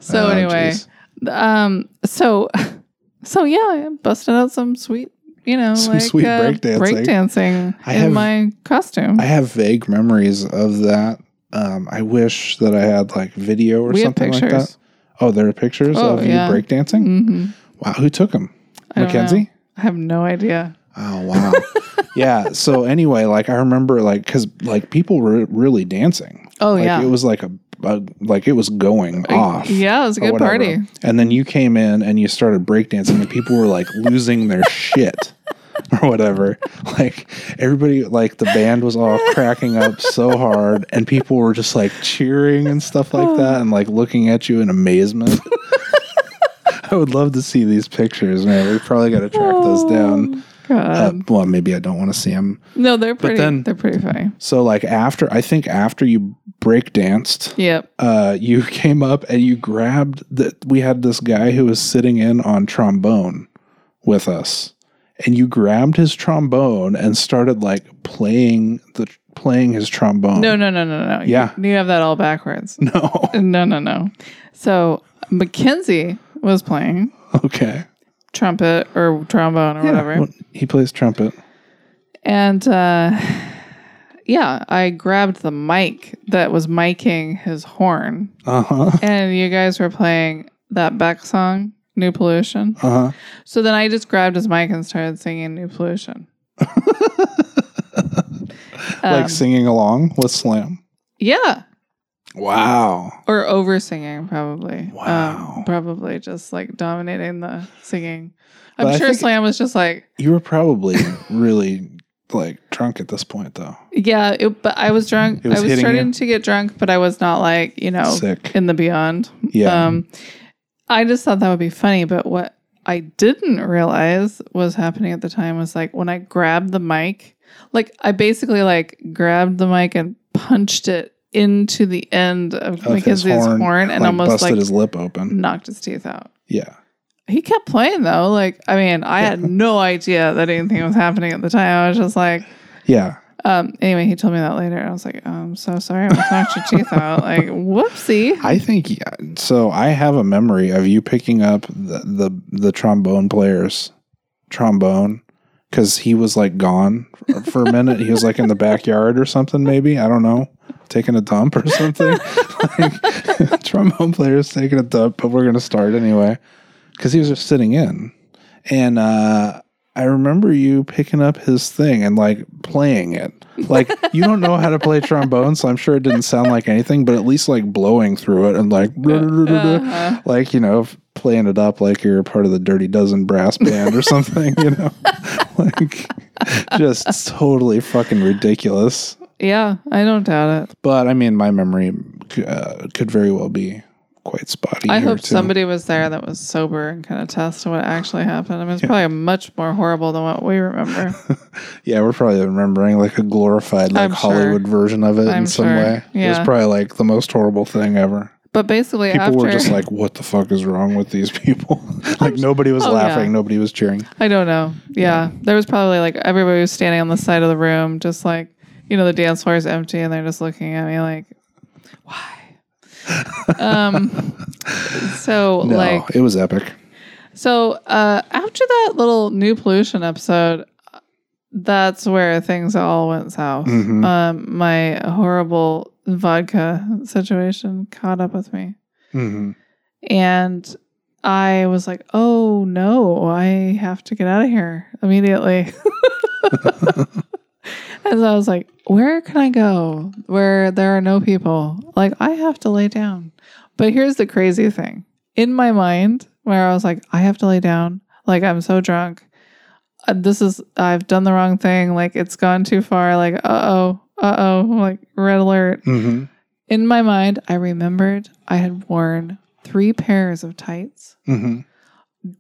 B: So
A: Oh,
B: anyway,
A: jeez.
B: um, so, so yeah, I busted out some sweet, you know,
A: Some
B: like
A: sweet
B: uh,
A: breakdancing.
B: breakdancing
A: I
B: in
A: have-
B: my costume.
A: I have vague memories of that. Um, I wish that I had like video or
B: We have
A: something like that.
B: pictures.
A: Oh, there are pictures
B: Oh,
A: of
B: yeah.
A: you breakdancing?
B: Mhm.
A: Wow, who took them?
B: I don't know.
A: Mackenzie?
B: I have no idea.
A: Oh, wow. yeah. So, anyway, like I remember, like, because like people were really dancing.
B: Oh
A: like,
B: yeah,
A: It was like a, a, like it was going off.
B: yeah, it was a
A: or
B: good
A: Oh, whatever.
B: party.
A: And then you came in and you started breakdancing, and people were like losing their shit or whatever. Like everybody, like the band was all cracking up so hard, and people were just like cheering and stuff like that, and like looking at you in amazement. I would love to see these pictures, man. We probably got to track those down.
B: Oh, God,
A: Uh, well, maybe I don't want to see them.
B: no, they're pretty.
A: then-
B: they're pretty funny.
A: So, like after, I think after you breakdanced,
B: Yep.
A: uh, you came up and you grabbed that we had this guy who was sitting in on trombone with us and you grabbed his trombone and started like playing the playing his trombone
B: No, no, no, no, no. You-
A: Oh. Yeah.
B: You, have that all backwards.
A: no
B: No, no, no. So Mackenzie was playing
A: okay
B: trumpet or trombone or
A: Yeah,
B: whatever.
A: well, he plays trumpet
B: And uh, yeah, I grabbed the mic that was miking his horn.
A: uh-huh
B: And you guys were playing that Beck song, New Pollution.
A: uh-huh
B: So then I just grabbed his mic and started singing New Pollution. Um,
A: like singing along with slam
B: yeah.
A: wow
B: or over singing probably
A: Wow.
B: um, probably just like dominating the singing
A: But
B: i'm
A: I
B: sure
A: think-
B: slam was just like
A: you were probably really like drunk at this point though
B: yeah it, but i was drunk
A: It was
B: i was
A: hitting
B: starting
A: you?
B: to get drunk but i was not like you know
A: sick
B: in the beyond
A: yeah
B: um i just thought that would be funny but what I didn't realize was happening at the time was like when I grabbed the mic, like I basically like grabbed the mic and punched it into the end of,
A: Of his
B: Mackenzie's horn,
A: horn,
B: and
A: like,
B: almost
A: busted
B: like
A: his lip open.
B: knocked his teeth out.
A: Yeah.
B: He kept playing though. Like I mean, I had no idea that anything was happening at the time. I was just like,
A: Yeah.
B: um. Anyway, he told me that later. I was like, "Oh, I'm so sorry. I almost knocked your teeth out. Like whoopsie.
A: I think yeah, so. I have a memory of you picking up the the, the trombone player's trombone because he was like gone for, for a minute. he was like in the backyard or something, maybe I don't know, taking a dump or something. like, trombone player's taking a dump, but we're gonna start anyway because he was just sitting in, and uh, I remember you picking up his thing and like playing it. Like you don't know how to play trombone, so I'm sure it didn't sound like anything, but at least like blowing through it and like
B: Uh-huh.
A: like you know playing it up like you're a part of the Dirty Dozen brass band or something, you know, like just totally fucking ridiculous.
B: Yeah, I don't doubt it.
A: But I mean, my memory uh, could very well be quite spotty.
B: I
A: here,
B: hope
A: too.
B: somebody was there that was sober and kind of test what actually happened. I mean, it's probably much more horrible than what we remember.
A: Yeah, we're probably remembering like a glorified like
B: I'm sure.
A: Hollywood version of it
B: I'm
A: in some
B: sure.
A: way. It was
B: Yeah.
A: probably like the most horrible thing ever.
B: But basically,
A: People
B: after
A: were just like, "What the fuck is wrong with these people?" like nobody was
B: oh,
A: laughing,
B: yeah.
A: nobody was cheering.
B: I don't know. Yeah, there was probably like everybody was standing on the side of the room, just like you know the dance floor is empty, and they're just looking at me like, why? um. So
A: No,
B: like
A: it was epic.
B: So uh, after that little new pollution episode, that's where things all went south.
A: Mhm.
B: Um, my horrible vodka situation caught up with me,
A: hmm
B: and I was like, "Oh no, I have to get out of here immediately." and so I was like, "Where can I go where there are no people? Like I have to lay down." But here's the crazy thing in my mind where I was like, I have to lay down. Like, I'm so drunk. Uh, This is, I've done the wrong thing. Like, it's gone too far. Like, uh oh, uh oh, like red alert.
A: hmm
B: In my mind, I remembered I had worn three pairs of tights
A: hmm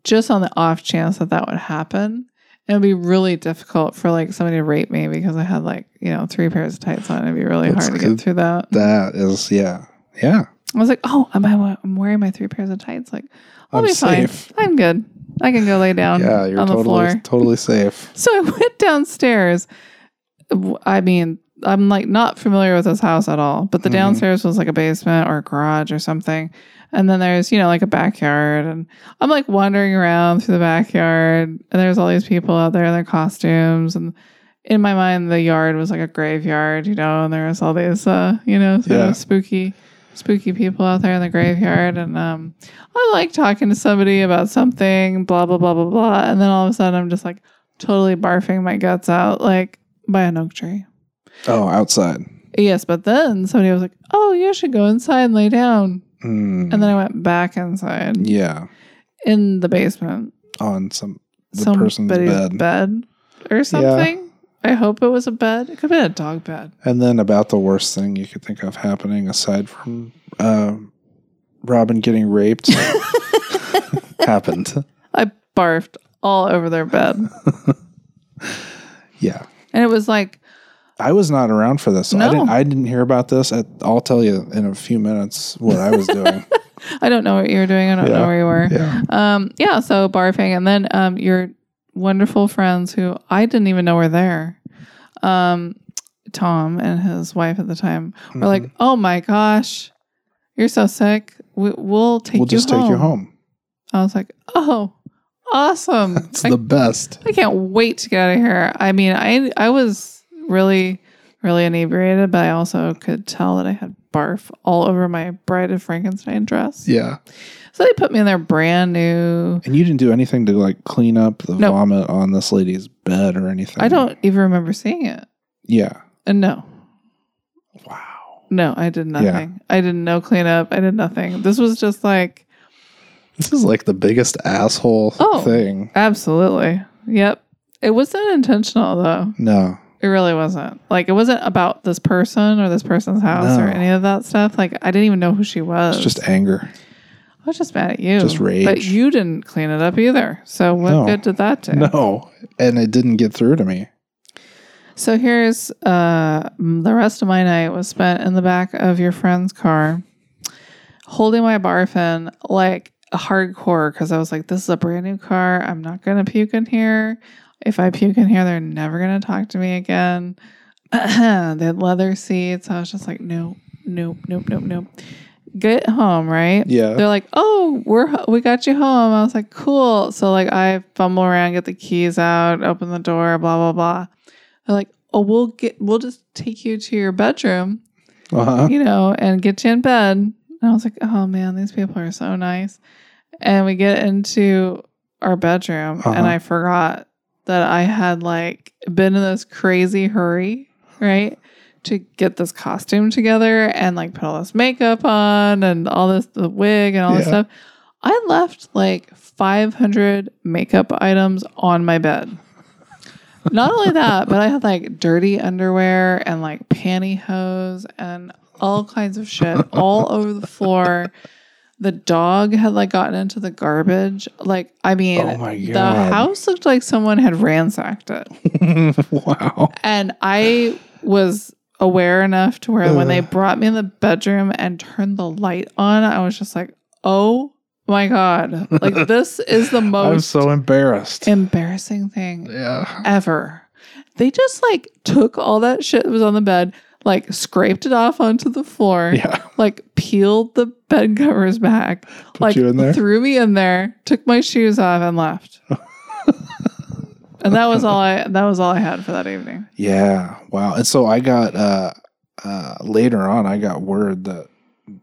B: just on the off chance that that would happen. It would be really difficult for like somebody to rape me because I had like, you know, three pairs of tights on. It'd be really
A: That's
B: hard to
A: good.
B: get through that.
A: That is, yeah, yeah.
B: I was like, oh, I'm, I'm wearing my three pairs of tights. Like, I'll
A: I'm
B: be
A: safe.
B: fine. I'm good. I can go lay down
A: yeah, you're
B: on the
A: totally
B: floor.
A: totally safe.
B: So I went downstairs. W- I mean, I'm like not familiar with this house at all, but the
A: Mhm.
B: downstairs was like a basement or a garage or something. And then there's, you know, like a backyard. And I'm like wandering around through the backyard. And there's all these people out there in their costumes. And in my mind, the yard was like a graveyard, you know, and there was all these, uh, you know, sort
A: Yeah.
B: of spooky, spooky people out there in the graveyard. And um, I like talking to somebody about something, blah, blah, blah, blah, blah. And then all of a sudden, I'm just like totally barfing my guts out, like by an oak tree.
A: Oh, outside.
B: Yes, but then somebody was like, oh, you should go inside and lay down.
A: Mm.
B: And then I went back inside
A: yeah,
B: in the basement.
A: on some the person's
B: somebody's
A: bed.
B: bed. or something. I hope it was a bed. It could have been a dog bed.
A: And then about the worst thing you could think of happening aside from uh, Robin getting raped happened.
B: I barfed all over their bed.
A: Yeah.
B: and it was like,
A: I was not around for this. I
B: No.
A: didn't I didn't hear about this. I, I'll tell you in a few minutes what I was doing.
B: I don't know what you were doing. I don't
A: Yeah.
B: know where you were.
A: yeah.
B: Um, yeah, so barfing, and then um, your wonderful friends who I didn't even know were there. Um, Tom and his wife at the time were
A: Mm-hmm.
B: like, "Oh my gosh, you're so sick. We, we'll take
A: We'll
B: you
A: just
B: home.
A: take you home.
B: I was like, "Oh, awesome!
A: It's
B: I,
A: the best.
B: I can't wait to get out of here." I mean, I I was really really inebriated, but I also could tell that I had barf all over my Bride of Frankenstein dress.
A: Yeah.
B: So they put me in their brand new
A: And you didn't do anything to like clean up the
B: No.
A: vomit on this lady's bed or anything.
B: I don't even remember seeing it.
A: Yeah.
B: And no,
A: Wow.
B: no, I did
A: Yeah.
B: nothing. I did no cleanup. I did nothing. This was just like,
A: This is like the biggest asshole
B: Oh.
A: thing.
B: absolutely. Yep. It wasn't intentional though.
A: No.
B: It really wasn't. Like, it wasn't about this person or this person's house or
A: No.
B: Uh, any of that stuff. Like, I didn't even know who she was.
A: It's just anger.
B: I was just mad at you.
A: Just rage.
B: But you didn't clean it up either. So what
A: No.
B: good did that do?
A: No, and it didn't get through to me.
B: So here's uh, m- the rest of my night was spent in the back of your friend's car, holding my barf in like hardcore because I was like, "This is a brand new car. I'm not gonna puke in here. If I puke in here, they're never gonna talk to me again." they had leather seats. I was just like, "Nope, nope, nope, nope, nope." Get home, right?
A: Yeah,
B: They're like, "Oh, we're ho- we got you home." I was like, "Cool." So like I fumble around, get the keys out, open the door, blah blah blah. They're like, "Oh, we'll get we'll just take you to your bedroom,
A: uh-huh.
B: you know, and get you in bed." And I was like, "Oh man, these people are so nice." And we get into our bedroom,
A: Uh-huh.
B: and I forgot that I had like been in this crazy hurry, right? To get this costume together and like put all this makeup on and all this the wig and all this
A: Yeah.
B: stuff. I left like 500 makeup items on my bed. Not only that, but I had like dirty underwear and like pantyhose and all kinds of shit all over the floor. The dog had like gotten into the garbage. Like, I mean,
A: Oh my
B: the
A: God.
B: house looked like someone had ransacked it.
A: wow.
B: And I was aware enough to where when they
A: Ugh.
B: brought me in the bedroom and turned the light on, I was just like, oh my God. Like, this is the
A: I'm
B: most
A: so embarrassed.
B: embarrassing thing
A: yeah.
B: ever. They just like took all that shit that was on the bed, like scraped it off onto the floor,
A: Yeah.
B: like peeled the bed covers back, like
A: you in there?
B: threw me in there, took my shoes off and left. and that was all I that was all I had for that evening.
A: Yeah. Wow. And so I got uh uh later on I got word that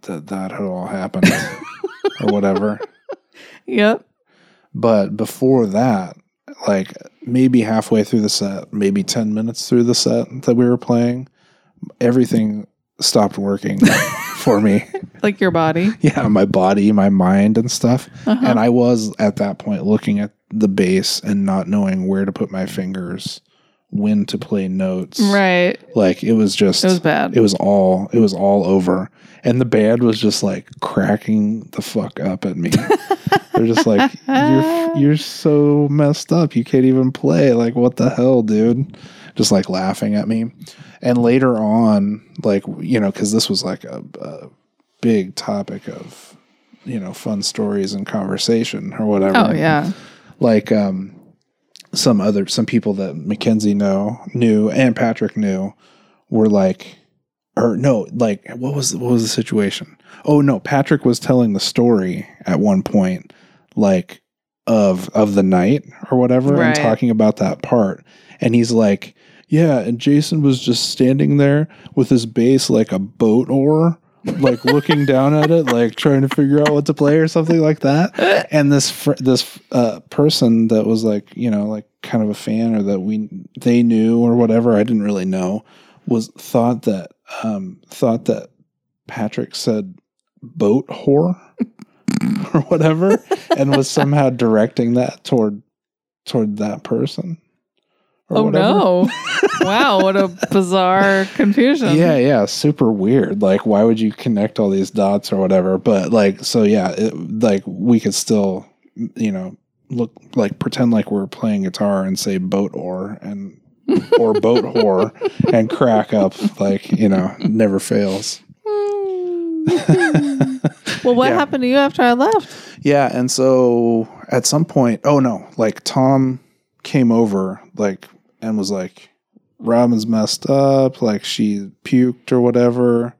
A: that, that had all happened or whatever.
B: Yep.
A: But before that, like maybe halfway through the set, maybe 10 minutes through the set that we were playing, everything stopped working for me.
B: Like your body.
A: Yeah, my body, my mind and stuff.
B: Uh-huh.
A: And I was at that point looking at the bass and not knowing where to put my fingers, when to play notes.
B: right.
A: Like it was just
B: It was bad.
A: it was all it was all over and the band was just like cracking the fuck up at me they're just like you're you're so messed up you can't even play like what the hell dude just like laughing at me and later on like you know because this was like a, a big topic of you know fun stories and conversation or whatever
B: oh yeah.
A: like um some other some people that Mackenzie know knew and Patrick knew were like or no like what was what was the situation? Oh no, Patrick was telling the story at one point like of of the night or whatever
B: Right.
A: and talking about that part and he's like yeah and Jason was just standing there with his bass like a boat oar like looking down at it like trying to figure out what to play or something like that and this fr- this uh, person that was like you know like kind of a fan or that we they knew or whatever I didn't really know was thought that um, thought that Patrick said boat whore or whatever and was somehow directing that toward toward that person or
B: Oh no. wow, what a bizarre confusion.
A: yeah, yeah, super weird. Like, why would you connect all these dots or whatever? But like, so yeah, it, like we could still, you know, look like pretend like we're playing guitar and say boat or and or boat whore and crack up like you know never fails.
B: Hmm. well, what
A: Yeah.
B: happened to you after I left?
A: Yeah, and so at some point, oh no, like Tom came over like and was like, Robin's messed up, like she puked or whatever.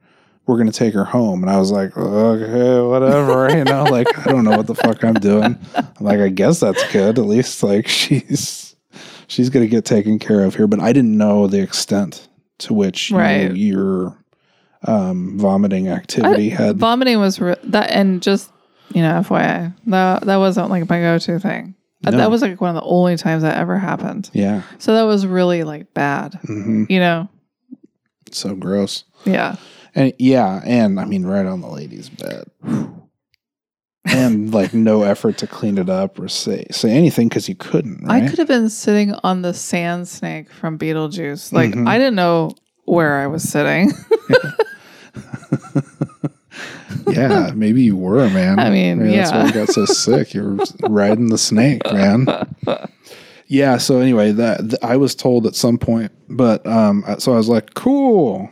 A: We're gonna take her home, and I was like, okay, whatever, you know, like I don't know what the fuck I'm doing. I'm like, I guess that's good. At least like she's she's gonna get taken care of here, but I didn't know the extent to which you-
B: Right.
A: your um, vomiting activity had
B: Vomiting was re- that, and just you know, FYI, that that wasn't like my go-to thing. Uh,
A: No.
B: That was like one of the only times that ever happened.
A: yeah.
B: So that was really like bad.
A: hmm
B: You know?
A: So gross.
B: Yeah.
A: And yeah, and I mean, right on the lady's bed, and like no effort to clean it up or say say anything because you couldn't. Right?
B: I could have been sitting on the sand snake from Beetlejuice. Like
A: Mhm.
B: I didn't know where I was sitting.
A: yeah, maybe you were, man.
B: I mean,
A: Maybe that's why
B: yeah.
A: you got so sick. You were riding the snake, man. Yeah. So anyway, that th- I was told at some point, but um, I- so I was like, cool,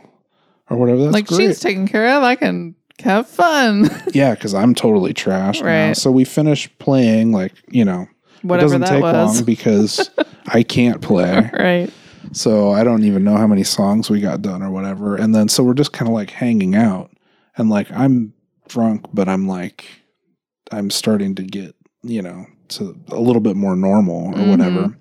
A: or whatever. That's
B: like
A: great.
B: she's taken care of. I can have fun.
A: yeah, because I'm totally trash. Now.
B: Right.
A: So we finished playing, like you know, it
B: Whatever
A: doesn't
B: that
A: take
B: was.
A: long because I can't play.
B: right.
A: So I don't even know how many songs we got done or whatever. And then so we're just kind of like hanging out and like I'm drunk, but I'm like I'm starting to get, you know, to a little bit more normal
B: Mm-hmm.
A: or whatever.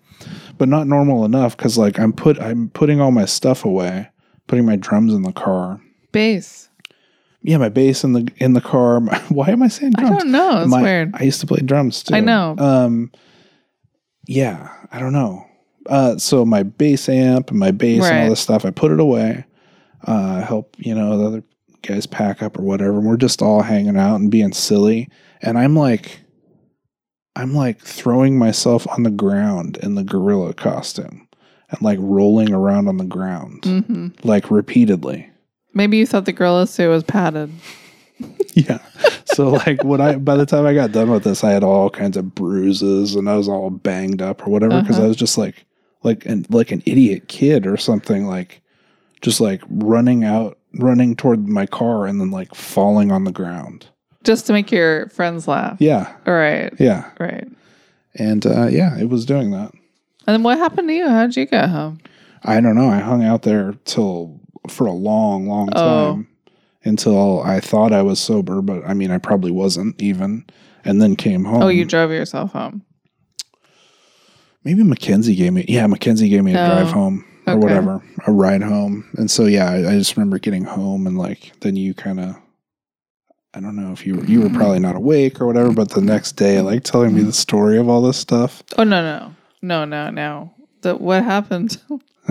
A: But not normal enough cuz like I'm put I'm putting all my stuff away, putting my drums in the car.
B: Bass.
A: Yeah, my bass in the in the car. My, why am I saying
B: I
A: drums?
B: don't know. It's
A: My-
B: weird.
A: I used to play drums too.
B: I know.
A: Um, yeah, I don't know. Uh, so my bass amp and my bass and all
B: Right.
A: this stuff, I put it away. Uh, help you know the other guys pack up or whatever. And we're just all hanging out and being silly. And I'm like, I'm like throwing myself on the ground in the gorilla costume and like rolling around on the ground
B: hmm
A: like repeatedly.
B: Maybe you thought the gorilla suit was padded.
A: Yeah. So like when I by the time I got done with this, I had all kinds of bruises and I was all banged up or whatever because I
B: Uh-huh.
A: was just like like an like an idiot kid or something like just like running out running toward my car and then like falling on the ground.
B: Just to make your friends laugh.
A: Yeah.
B: All right.
A: Yeah.
B: Right. And
A: And uh yeah, it was doing that.
B: then what happened to you? How'd you get home?
A: I don't know. I hung out there till for a long, long
B: Oh.
A: time until I thought I was sober, but I mean I probably wasn't even and then came home.
B: Oh, you drove yourself home.
A: Maybe Mackenzie gave me, yeah, Mackenzie gave me a
B: Oh,
A: drive home or
B: okay.
A: whatever, a ride home. And so, yeah, I, I just remember getting home and like, then you kind of, I don't know if you were, you were probably not awake or whatever, but the next day, like telling me the story of all this stuff.
B: Oh no no no no no. The, what happened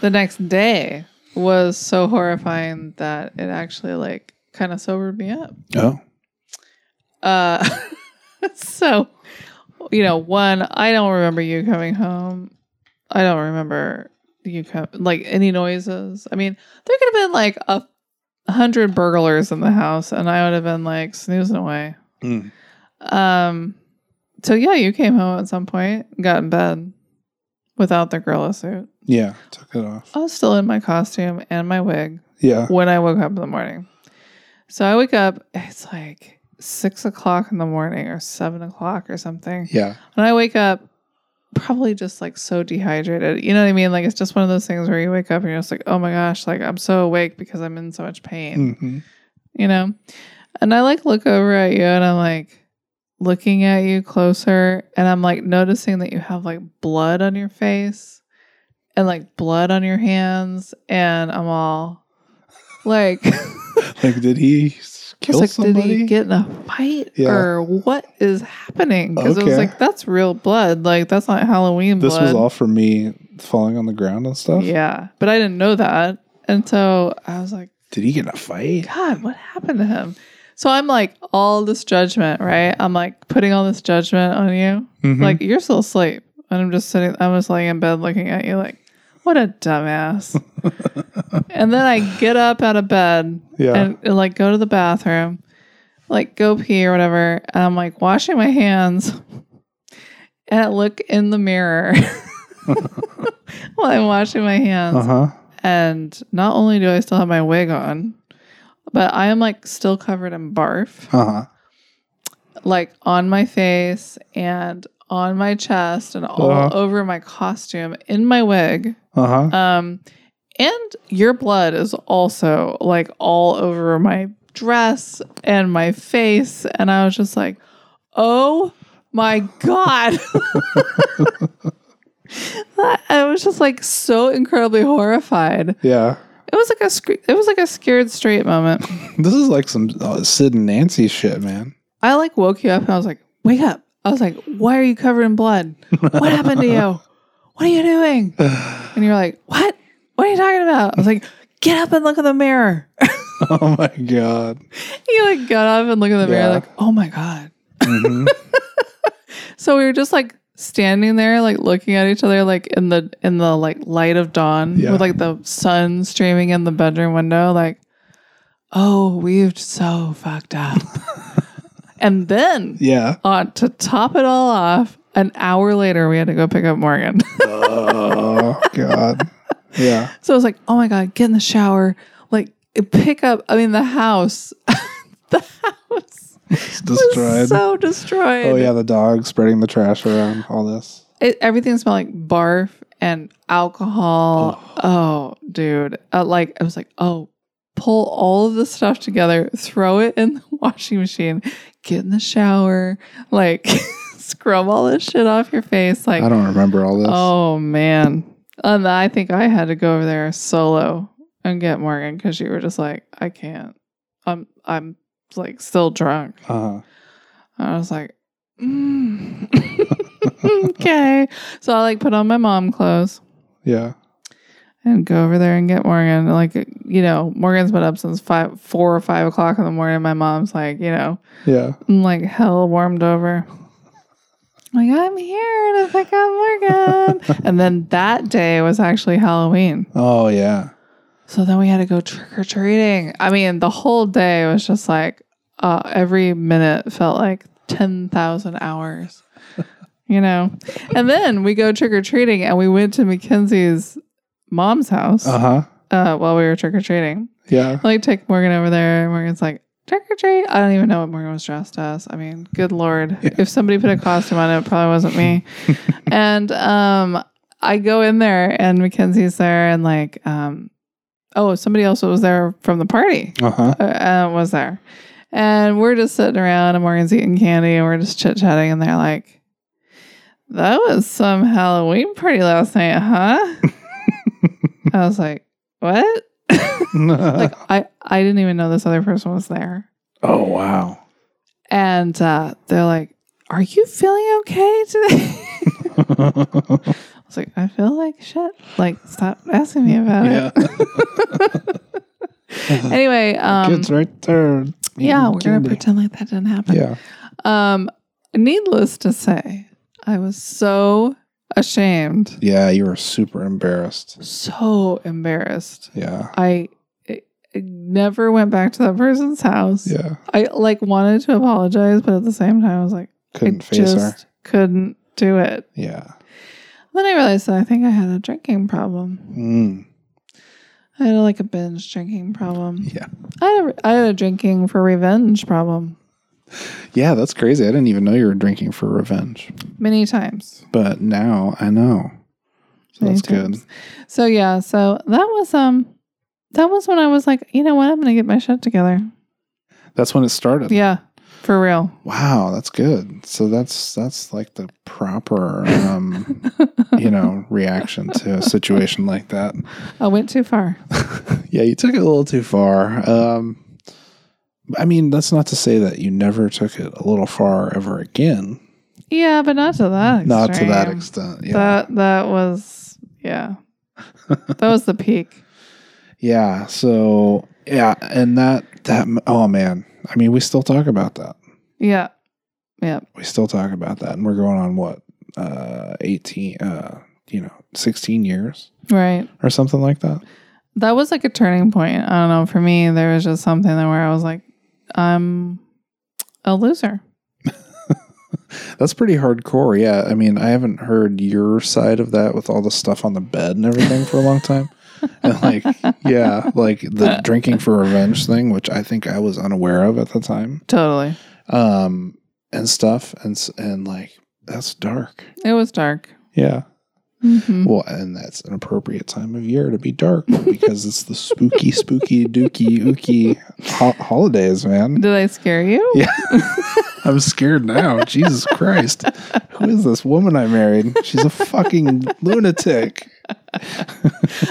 B: the next day was so horrifying that it actually like kind of sobered me up.
A: Oh,
B: Uh, so you know, one, I don't remember you coming home. I don't remember you come like any noises. I mean, there could have been like a hundred burglars in the house, and I would have been like snoozing away.
A: Mm.
B: Um, so yeah, you came home at some point, got in bed without the gorilla suit.
A: yeah, took it off.
B: I was still in my costume and my wig
A: Yeah.
B: when I woke up in the morning. So I wake up, it's like six o'clock in the morning or seven o'clock or something.
A: Yeah.
B: And I wake up probably just like so dehydrated. You know what I mean? Like it's just one of those things where you wake up and you're just like, oh my gosh, like I'm so awake because I'm in so much pain
A: hmm
B: you know? And I like look over at you and I'm like looking at you closer and I'm like noticing that you have like blood on your face and like blood on your hands and I'm all like
A: Like, did he s- kill
B: like did
A: somebody?
B: he get in a fight
A: Yeah.
B: or what is happening? Because it
A: Okay.
B: was like that's real blood. Like that's not Halloween
A: this
B: blood.
A: was all for me falling on the ground and stuff.
B: Yeah. But I didn't know that. And so I was like
A: Did he get in a fight?
B: God, what happened to him? So I'm like, all this judgment, right? I'm like putting all this judgment on you.
A: Mhm.
B: Like, you're still asleep. And I'm just sitting, I'm just laying in bed looking at you, like, what a dumbass. and then I get up out of bed
A: yeah.
B: and, and, like go to the bathroom, like go pee or whatever. And I'm like washing my hands and I look in the mirror while I'm washing my hands.
A: uh huh.
B: And not only do I still have my wig on, but I am like still covered in barf,
A: Uh huh.
B: like on my face and on my chest and all
A: Uh-huh.
B: over my costume in my wig.
A: Uh huh.
B: Um, and your blood is also like all over my dress and my face. And I was just like, oh my God. I was just like so incredibly horrified.
A: Yeah.
B: It was like a sc- it was like a scared straight moment.
A: This is like some uh, Sid and Nancy shit, man.
B: I like woke you up and I was like, "Wake up!" I was like, "Why are you covered in blood? What happened to you? What are you doing?"
A: Oh
B: And you're like, "What? What are you talking about?" I was like, "Get up and look in the mirror."
A: oh my god.
B: you like got up and looked in the
A: Yeah.
B: mirror like, "Oh my god!"
A: Mhm.
B: So we were just like standing there, like looking at each other, like in the in the like light of dawn
A: Yeah.
B: with like the sun streaming in the bedroom window, like. oh, we've so fucked up. and then
A: Yeah.
B: on Uh, to top it all off, an hour later we had to go pick up Morgan.
A: oh God. Yeah.
B: so I was like, oh my God, get in the shower. Like pick up I mean the house. the house
A: It's
B: was
A: destroyed.
B: so destroyed.
A: oh yeah, the dog spreading the trash around. All this.
B: It, everything smelled like barf and alcohol. Oh, dude. Uh, like, I was like, oh, pull all of this stuff together, throw it in the washing machine, get in the shower, like, scrub all this shit off your face. Like,
A: I don't remember all this.
B: oh, man. And I think I had to go over there solo and get Morgan because you were just like, I can't. I'm, I'm like still drunk.
A: Uh-huh.
B: I was like, mm. okay. So I like put on my mom clothes
A: Yeah.
B: and go over there and get Morgan. And, Like, you know, Morgan's been up since five, four or five o'clock in the morning. My mom's like, you know,
A: Yeah.
B: I'm like hell warmed over. Like, I'm here to pick up Morgan. and then that day was actually Halloween.
A: Oh yeah.
B: So then we had to go trick or treating. I mean, the whole day was just like uh, every minute felt like 10,000 hours, you know? And then we go trick or treating and we went to Mackenzie's mom's house
A: Uh
B: uh,
A: huh.
B: while we were trick or treating.
A: Yeah.
B: Like, take Morgan over there. Morgan's like, trick or treat? I don't even know what Morgan was dressed as. I mean, good Lord. If somebody put a costume on it, it probably wasn't me. and um, I go in there and Mackenzie's there and like, um, oh, somebody else was there from the party
A: Uh huh.
B: uh, uh, was there. And we're just sitting around and Morgan's eating candy and we're just chit chatting and they're like, that was some Halloween party last night, huh? I was like, what? like I, I didn't even know this other person was there.
A: oh wow.
B: And uh, they're like, are you feeling okay today? I was like, I feel like shit. Like, stop asking me about
A: yeah.
B: it. Anyway, um,
A: Kids right there.
B: yeah,
A: eating
B: we're gonna
A: candy.
B: pretend like that didn't happen.
A: Yeah.
B: Um, needless to say, I was so ashamed,
A: Yeah. You were super embarrassed.
B: so embarrassed.
A: Yeah.
B: I, I never went back to that person's house.
A: Yeah.
B: I like wanted to apologize, but at the same time, I was like,
A: Couldn't
B: I
A: face her.
B: just couldn't do it.
A: Yeah.
B: Then I realized that I think I had a drinking problem.
A: Mm.
B: I had like a binge drinking problem.
A: Yeah.
B: I had a, I had a drinking for revenge problem
A: Yeah. That's crazy. I didn't even know you were drinking for revenge,
B: many times.
A: but now I know. So
B: Many
A: that's good.
B: times. So yeah, so that was um that was when I was like, you know what, I'm gonna get my shit together.
A: That's when it started.
B: Yeah. For real.
A: Wow, that's good. So that's that's like the proper um you know, reaction to a situation like that.
B: I went too far.
A: Yeah, you took it a little too far. Um I mean, that's not to say that you never took it a little far ever again.
B: Yeah, but not to that extreme.
A: Not to that extent. Yeah.
B: That that was yeah. that was the peak.
A: yeah. So, yeah, and that that oh man. I mean, we still talk about that.
B: Yeah. Yeah.
A: we still talk about that and we're going on what uh 18 uh you know 16 years
B: Right.
A: or something like that
B: That was like a turning point. I don't know. For me, there was just something that where I was like, I'm a loser.
A: that's pretty hardcore yeah i mean i haven't heard your side of that with all the stuff on the bed and everything for a long time and like yeah like the drinking for revenge thing which i think i was unaware of at the time
B: Totally.
A: um and stuff and s- and like that's dark
B: It was dark.
A: yeah
B: hmm
A: well and that's an appropriate time of year to be dark because it's the spooky spooky dooky ooky ho- holidays man
B: Did I scare you?
A: Yeah. I'm scared now. Jesus Christ. Who is this woman I married? She's a fucking lunatic.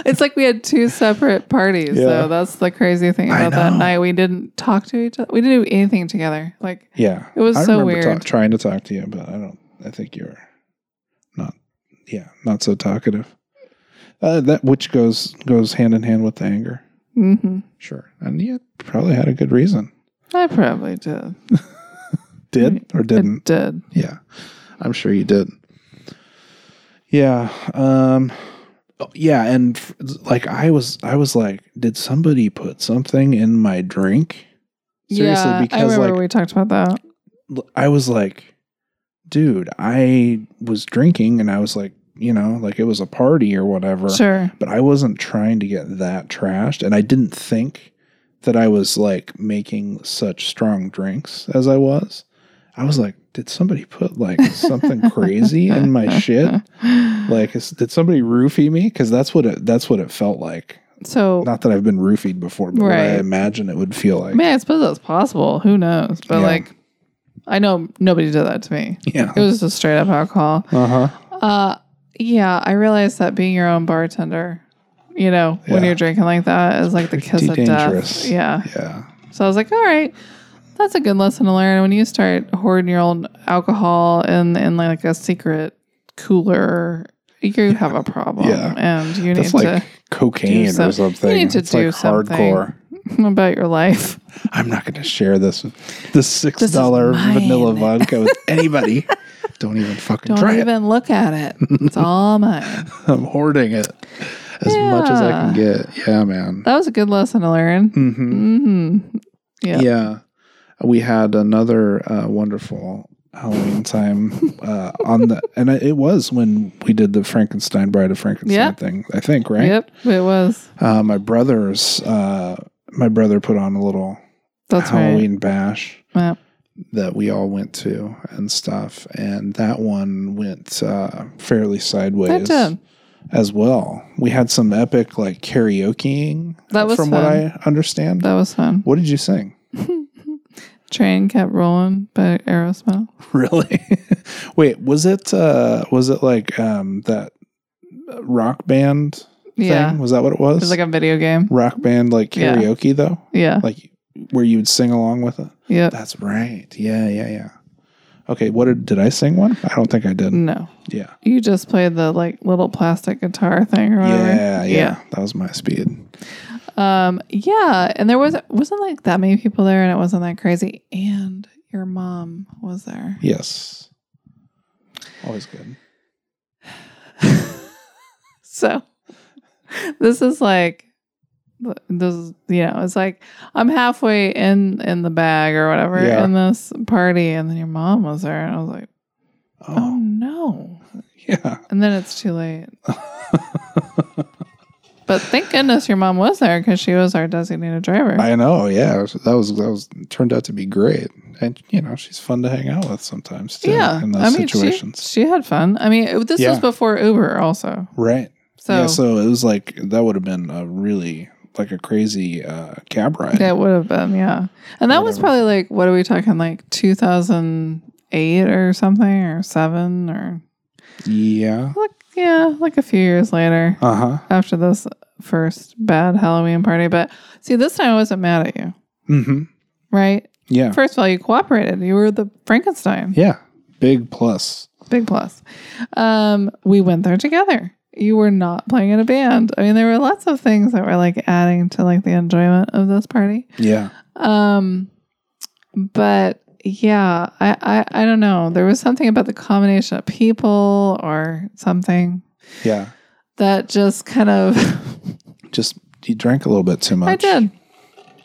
B: It's like we had two separate parties.
A: Yeah.
B: So that's the crazy thing
A: I
B: about that
A: know.
B: night. We didn't talk to each other. We didn't do anything together. Like
A: Yeah.
B: It was
A: I
B: so
A: remember ta-
B: weird.
A: trying to talk to you, but I don't, I think you're not, yeah, not so talkative. Uh, that which goes goes hand in hand with the anger,
B: mhm.
A: sure, and you probably had a good reason.
B: I probably did.
A: Did or
B: I
A: didn't?
B: did.
A: Yeah, I'm sure you did. Yeah, um, yeah, and f- like I was, I was like, did somebody put something in my drink? Seriously,
B: yeah, I
A: because
B: remember
A: like
B: we talked about that.
A: l- I was like, dude, I was drinking and I was like, you know, like it was a party or whatever.
B: Sure.
A: But I wasn't trying to get that trashed. And I didn't think that I was like making such strong drinks as I was. I was like, did somebody put like something crazy in my shit? Like, is, did somebody roofie me? Because that's what it that's what it felt like.
B: so
A: Not that I've been roofied before, but what I
B: Right.
A: imagine it would feel like.
B: I mean, I suppose that's possible. Who knows? But
A: Yeah.
B: like, I know nobody did that to me.
A: Yeah.
B: It was just straight up alcohol.
A: Uh huh.
B: Uh, yeah, I realized that being your own bartender, you know, when
A: Yeah.
B: you're drinking like that is like the kiss
A: Pretty
B: of
A: dangerous.
B: death. Yeah.
A: Yeah.
B: So I was like, all right, that's a good lesson to learn. When you start hoarding your own alcohol in in like a secret cooler, you have a problem.
A: Yeah.
B: And you
A: That's
B: need
A: like cocaine
B: do some-
A: or something.
B: you need to
A: it's like
B: do something.
A: hardcore.
B: to about your life.
A: I'm not going to share this the six
B: is
A: dollar vanilla
B: mine.
A: vodka with anybody. Don't even fucking
B: Don't
A: try it.
B: even look at it. It's all mine.
A: I'm hoarding it as much as I can get. Yeah, man.
B: That was a good lesson to learn.
A: hmm
B: hmm Yeah.
A: Yeah. we had another uh, wonderful Halloween time uh, on the, and it was when we did the Frankenstein Bride of Frankenstein
B: Yeah.
A: thing. I think right.
B: Yep. It was.
A: Uh, my brother's, uh, my brother put on a little
B: That's
A: Halloween bash.
B: right. Yep.
A: that we all went to and stuff and that one went uh, fairly
B: That
A: sideways
B: did.
A: as well we had some epic like karaokeing
B: That was
A: from what
B: fun.
A: i understand
B: That was fun.
A: what did you sing
B: Train kept rolling by Aerosmith.
A: really wait was it uh was it like um that rock band thing
B: Yeah. It
A: was that what it was
B: was like a video game.
A: rock band like
B: Yeah.
A: karaoke though
B: Yeah.
A: like where you would sing along with it
B: Yep.
A: that's right yeah yeah yeah okay what did, did i sing one i don't think i did
B: No.
A: yeah
B: You just played the like little plastic guitar thing or whatever.
A: Yeah, yeah, That was my speed.
B: Yeah. Um yeah, and there was wasn't like that many people there and it wasn't that crazy and your mom was there.
A: Yes. Always good.
B: So this is like this is you know it's like i'm halfway in in the bag or whatever
A: Yeah.
B: in this party and then your mom was there and i was like oh
A: Oh,
B: no
A: yeah.
B: and then it's too late but thank goodness your mom was there because she was our designated driver
A: I know. Yeah. That was, that was, turned out to be great. And, you know, she's fun to hang out with sometimes too
B: yeah
A: in those
B: i mean she,
A: situations.
B: she had fun i mean it- this
A: Yeah. uh,
B: was before uber also
A: right.
B: so,
A: yeah. So it was like, that would have been a really, like a crazy uh, cab ride.
B: it would have been yeah and that was
A: Whatever.
B: probably like what are we talking like 2008 or something or 7 or
A: Yeah.
B: like yeah like a few years later
A: Uh huh.
B: after this first bad halloween party but see this time i wasn't mad at you
A: Mm hmm.
B: right
A: Yeah.
B: First of all, you cooperated. You were the Frankenstein.
A: yeah. Big plus.
B: Big plus. Um, we went there together. You were not playing in a band. I mean, there were lots of things that were like adding to like the enjoyment of this party.
A: Yeah.
B: Um, but yeah, I, I I don't know. There was something about the combination of people or something
A: Yeah.
B: that just kind of
A: Just, you drank a little bit too much.
B: I did.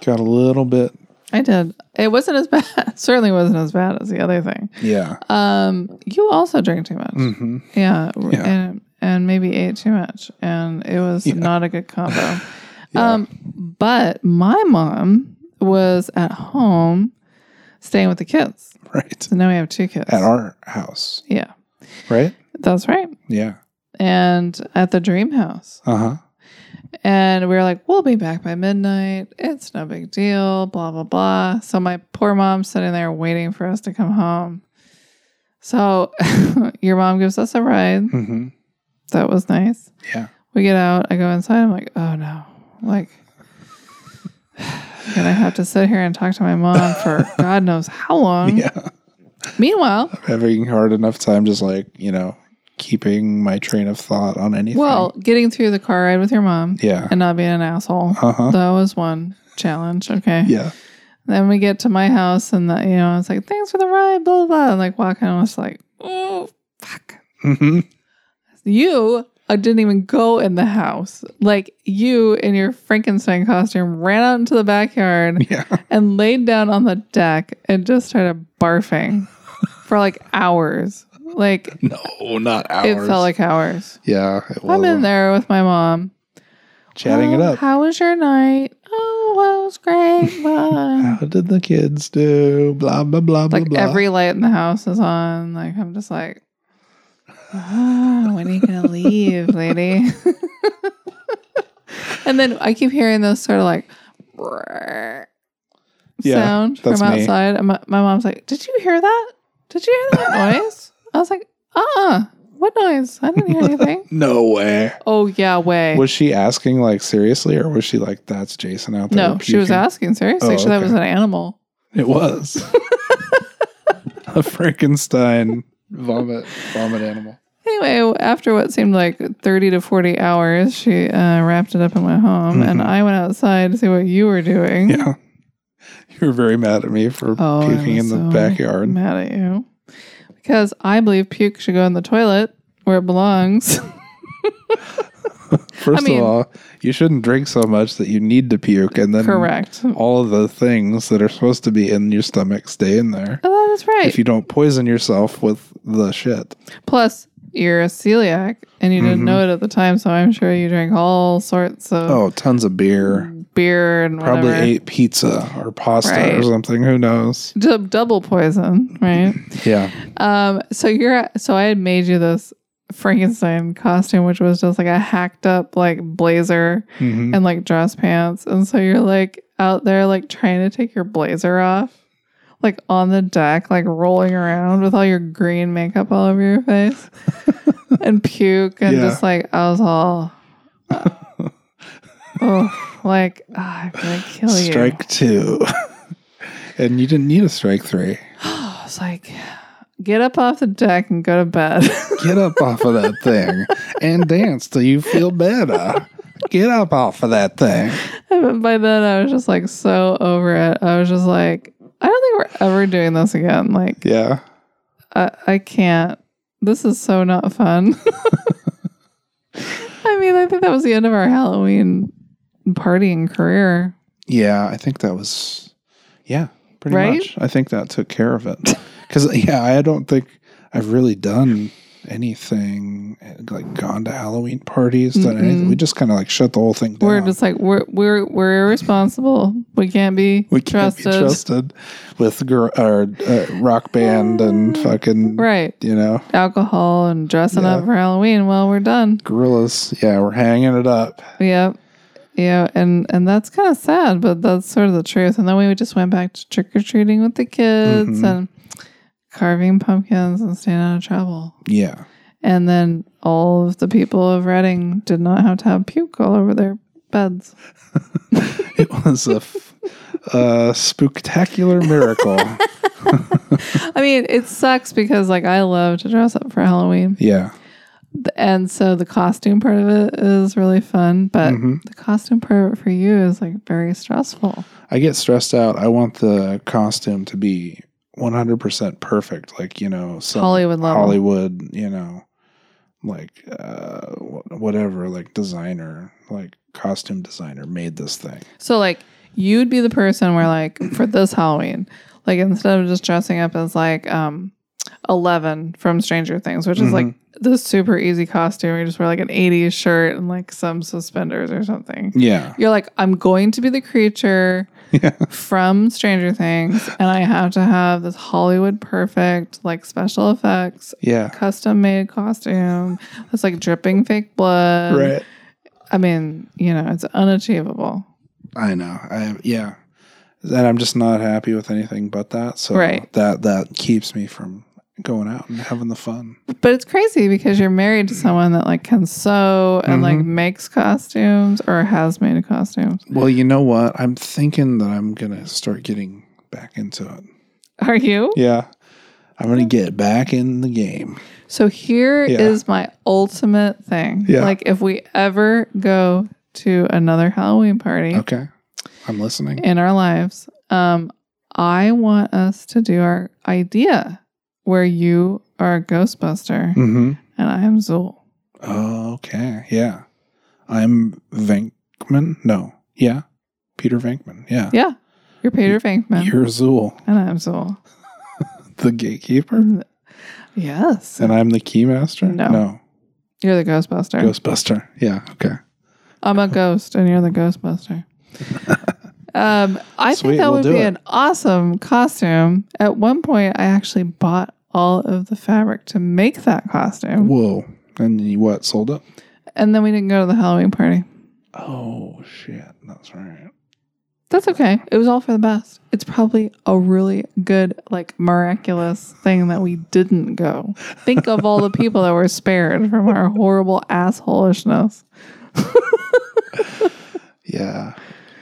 A: Got a little bit.
B: I did. It wasn't as bad. Certainly wasn't as bad as the other thing.
A: Yeah.
B: Um, you also drank too much.
A: Mm hmm.
B: Yeah, r-
A: Yeah.
B: and and maybe ate too much, and it was
A: Yeah.
B: not a good combo.
A: Yeah.
B: Um, but my mom was at home staying with the kids,
A: Right.
B: so now we have two kids.
A: At our house,
B: yeah,
A: right?
B: that's right.
A: Yeah.
B: And at the dream house,
A: Uh huh.
B: and we were like, "We'll be back by midnight. It's no big deal." Blah blah blah. So my poor mom's sitting there waiting for us to come home. So your mom gives us a ride.
A: Mm-hmm.
B: That was nice.
A: Yeah.
B: We get out. I go inside. I'm like, oh no, like, gonna have to sit here and talk to my mom for God knows how long.
A: Yeah.
B: Meanwhile,
A: Having hard enough time just like, you know, keeping my train of thought on anything.
B: well, getting through the car ride with your mom
A: yeah.
B: and not being an asshole.
A: Uh huh.
B: That was one challenge. Okay.
A: Yeah.
B: Then we get to my house and that you know, I was like, thanks for the ride, blah blah. blah. And like walking, I was like, oh fuck,
A: Mm-hmm.
B: you I didn't even go in the house. Like you in your Frankenstein costume ran out into the backyard
A: Yeah.
B: and laid down on the deck and just started barfing for like hours. Like
A: No, not ours.
B: it felt like hours.
A: yeah, it
B: I'm
A: was.
B: in there with my mom.
A: chatting it
B: "Well,
A: up.
B: How was your night? Oh, well, it was great. Blah.
A: How did the kids do? Blah blah blah blah
B: Um, like
A: blah.
B: every light in the house is on. Like I'm just like, "Ah, when are you gonna leave, lady? and then I keep hearing this sort of like
A: Yeah,
B: sound from
A: that's me.
B: outside. And my, my mom's like, "Did you hear that? Did you hear that noise?" I was like, "Uh, uh what noise? I didn't hear anything."
A: no way.
B: oh yeah, way.
A: Was she asking like seriously, or was she like, "That's Jason out there"?
B: no, she was
A: puking?
B: asking seriously.
A: Oh,
B: She thought it was an
A: okay.
B: animal.
A: It was a Frankenstein vomit vomit animal.
B: Anyway, after what seemed like 30 to 40 hours, she uh, wrapped it up and went home. And
A: Mhm.
B: I went outside to see what you were doing.
A: Yeah, you were very mad at me for
B: Oh, I
A: puking in
B: was
A: the
B: so
A: backyard.
B: I'm mad at you. Because I believe puke should go in the toilet where it belongs.
A: First
B: mean-
A: of all, you shouldn't drink so much that you need to puke, and then
B: Correct. Oh,
A: all of the things that are supposed to be in your stomach stay in there.
B: that is right.
A: If you don't poison yourself with the shit,
B: Plus, you're a celiac and you didn't
A: Mhm.
B: know it at the time. So I'm sure you drank all sorts of
A: oh, tons of beer,
B: beer and
A: Oh. probably
B: Mm, whatever.
A: ate pizza or pasta or
B: Right.
A: something. Who knows?
B: D- double poison, right?
A: Yeah,
B: Um, so you're so I had made you this Frankenstein costume, which was just like a hacked up like blazer
A: Mhm.
B: and like dress pants. And so you're like out there like trying to take your blazer off, like on the deck, like rolling around with all your green makeup all over your face and puke and
A: Yeah.
B: just like I was all uh, oh like ah, I'm gonna kill you.
A: strike two, and you didn't need a strike three.
B: I was like get up off the deck and go to bed.
A: Get up off of that thing and dance till you feel better. Get up off of that thing.
B: But by then, I was just like so over it. I was just like, I don't think we're ever doing this again. Like,
A: Yeah,
B: I, I can't. This is so not fun. I mean, I think that was the end of our Halloween partying career.
A: yeah. I think that was, yeah, pretty
B: Right?
A: much. I think that took care of it. Because yeah, I don't think I've really done anything like gone to Halloween parties. Done anything.
B: Mm-mm.
A: We just kind of like shut the whole thing down.
B: We're just like we're we're we're irresponsible. We can't be
A: we can't
B: trusted.
A: be trusted with gr- or, uh, rock band and fucking
B: Right,
A: you know
B: alcohol and dressing
A: Yeah.
B: up for Halloween. Well, we're done.
A: gorillas. Yeah, we're hanging it up.
B: Yep. Yeah, and and that's kind of sad, but that's sort of the truth. And then we just went back to trick or treating with the kids
A: Mhm.
B: and carving pumpkins and staying out of trouble.
A: Yeah,
B: And then all of the people of Reading did not have to have puke all over their beds.
A: it was a f- a spectacular miracle.
B: I mean, it sucks because like I love to dress up for Halloween,
A: yeah,
B: and so the costume part of it is really fun. But
A: Mhm.
B: the costume part of it for you is like very stressful.
A: I get stressed out. I want the costume to be 100% perfect, like you know, some
B: Hollywood level.
A: Hollywood, you know, like uh, wh- whatever, like designer, like costume designer made this thing.
B: So like you'd be the person where like for this Halloween, like instead of just dressing up as like um Eleven from Stranger Things, which is like
A: Mm-hmm.
B: this super easy costume, you just wear like an 80s shirt and like some suspenders or something.
A: Yeah,
B: You're like, I'm going to be the creature
A: yeah,
B: from Stranger Things, and I have to have this Hollywood perfect, like special effects,
A: yeah,
B: custom made costume that's like dripping fake blood.
A: right.
B: I mean, you know, it's unachievable.
A: I know. I yeah, and I'm just not happy with anything but that. So
B: Right.
A: that that keeps me from going out and having the fun.
B: But it's crazy because you're married to someone that like can sew and like
A: Mhm.
B: makes costumes or has made costumes.
A: Well, you know what? I'm thinking that I'm gonna start getting back into it.
B: Are you?
A: Yeah. I'm going to get back in the game.
B: So here is
A: Yeah.
B: my ultimate thing.
A: Yeah.
B: Like if we ever go to another Halloween party
A: Okay. I'm listening.
B: in our lives, um, I want us to do our idea where you are a Ghostbuster
A: Mm-hmm.
B: and I am Zool.
A: Oh, Okay. Yeah. I'm Venkman. No. Yeah. Peter Venkman. Yeah.
B: Yeah. You're Peter Venkman.
A: You're Zool,
B: and I'm Zool.
A: the gatekeeper,
B: Mm, Yes.
A: and I'm the keymaster.
B: No.
A: no.
B: You're the Ghostbuster.
A: Ghostbuster. Yeah. Okay.
B: I'm a ghost, and you're the Ghostbuster. um, I
A: Sweet,
B: think that
A: we'll
B: would
A: do
B: be
A: it.
B: an awesome costume. At one point, I actually bought all of the fabric to make that
A: Oh.
B: costume,
A: Whoa. And you what? Sold it?
B: and then we didn't go to the Halloween party.
A: Oh shit. That's right.
B: That's okay. It was all for the best. It's probably a really good, like, miraculous thing that we didn't go. Think of all the people that were spared from our horrible assholishness.
A: Yeah.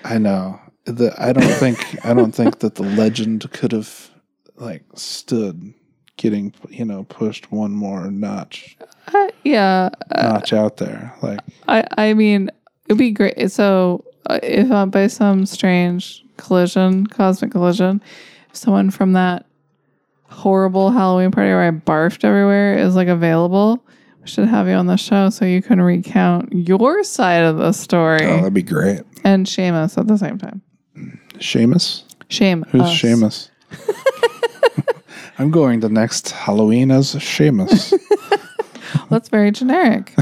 A: I know. The I don't think I don't think that the legend could have like stood getting you know pushed one more notch
B: Uh, yeah,
A: notch out there. Like
B: I I mean, it'd be great. So uh, if uh, by some strange collision, cosmic collision, if someone from that horrible Halloween party where I barfed everywhere is like available, we should have you on the show so you can recount your side of the story
A: oh, that'd be great.
B: and shame us at the same time.
A: Seamus?
B: Shame.
A: Who's
B: us.
A: Seamus? I'm going the next Halloween as Seamus.
B: That's very generic.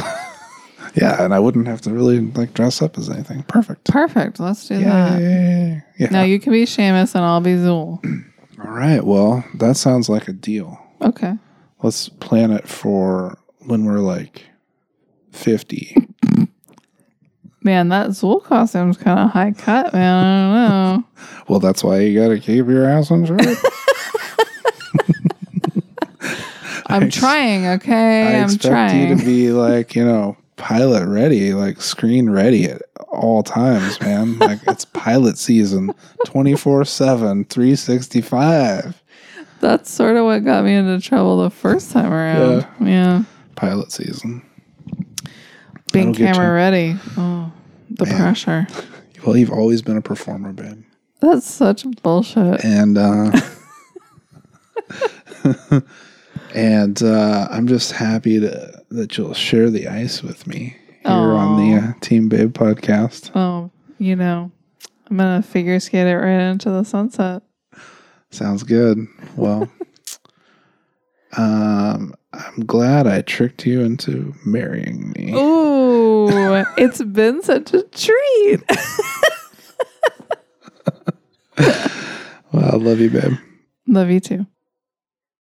A: yeah, and I wouldn't have to really like dress up as anything. Perfect.
B: Perfect. Let's do that.
A: Yeah. Yeah.
B: Now you can be Seamus and I'll be Zool.
A: All right. Well, that sounds like a deal.
B: Okay.
A: Let's plan it for when we're like 50.
B: Man, that Zool costume's kind of high cut, man. I don't know.
A: well, that's why you got to keep your ass on shape.
B: I'm
A: ex-
B: trying, okay?
A: I
B: I am
A: expect
B: trying.
A: you to be like, you know, pilot ready, like screen ready at all times, man. Like it's pilot season 24 7, 365.
B: That's sort of what got me into trouble the first time around. Yeah.
A: Pilot season. That'll
B: Being
A: get
B: camera
A: you.
B: ready. Oh, the
A: Man.
B: pressure.
A: Well, you've always been a performer, babe.
B: That's such bullshit.
A: And, uh, and uh, I'm just happy to, that you'll share the ice with me here on the
B: Aw.
A: uh, Team Babe podcast.
B: Oh, you know, I'm going to figure skate it right into the sunset.
A: Sounds good. Well, um, I'm glad I tricked you into marrying me.
B: Ooh, it's been such a treat.
A: Well, I love you, babe.
B: Love you too.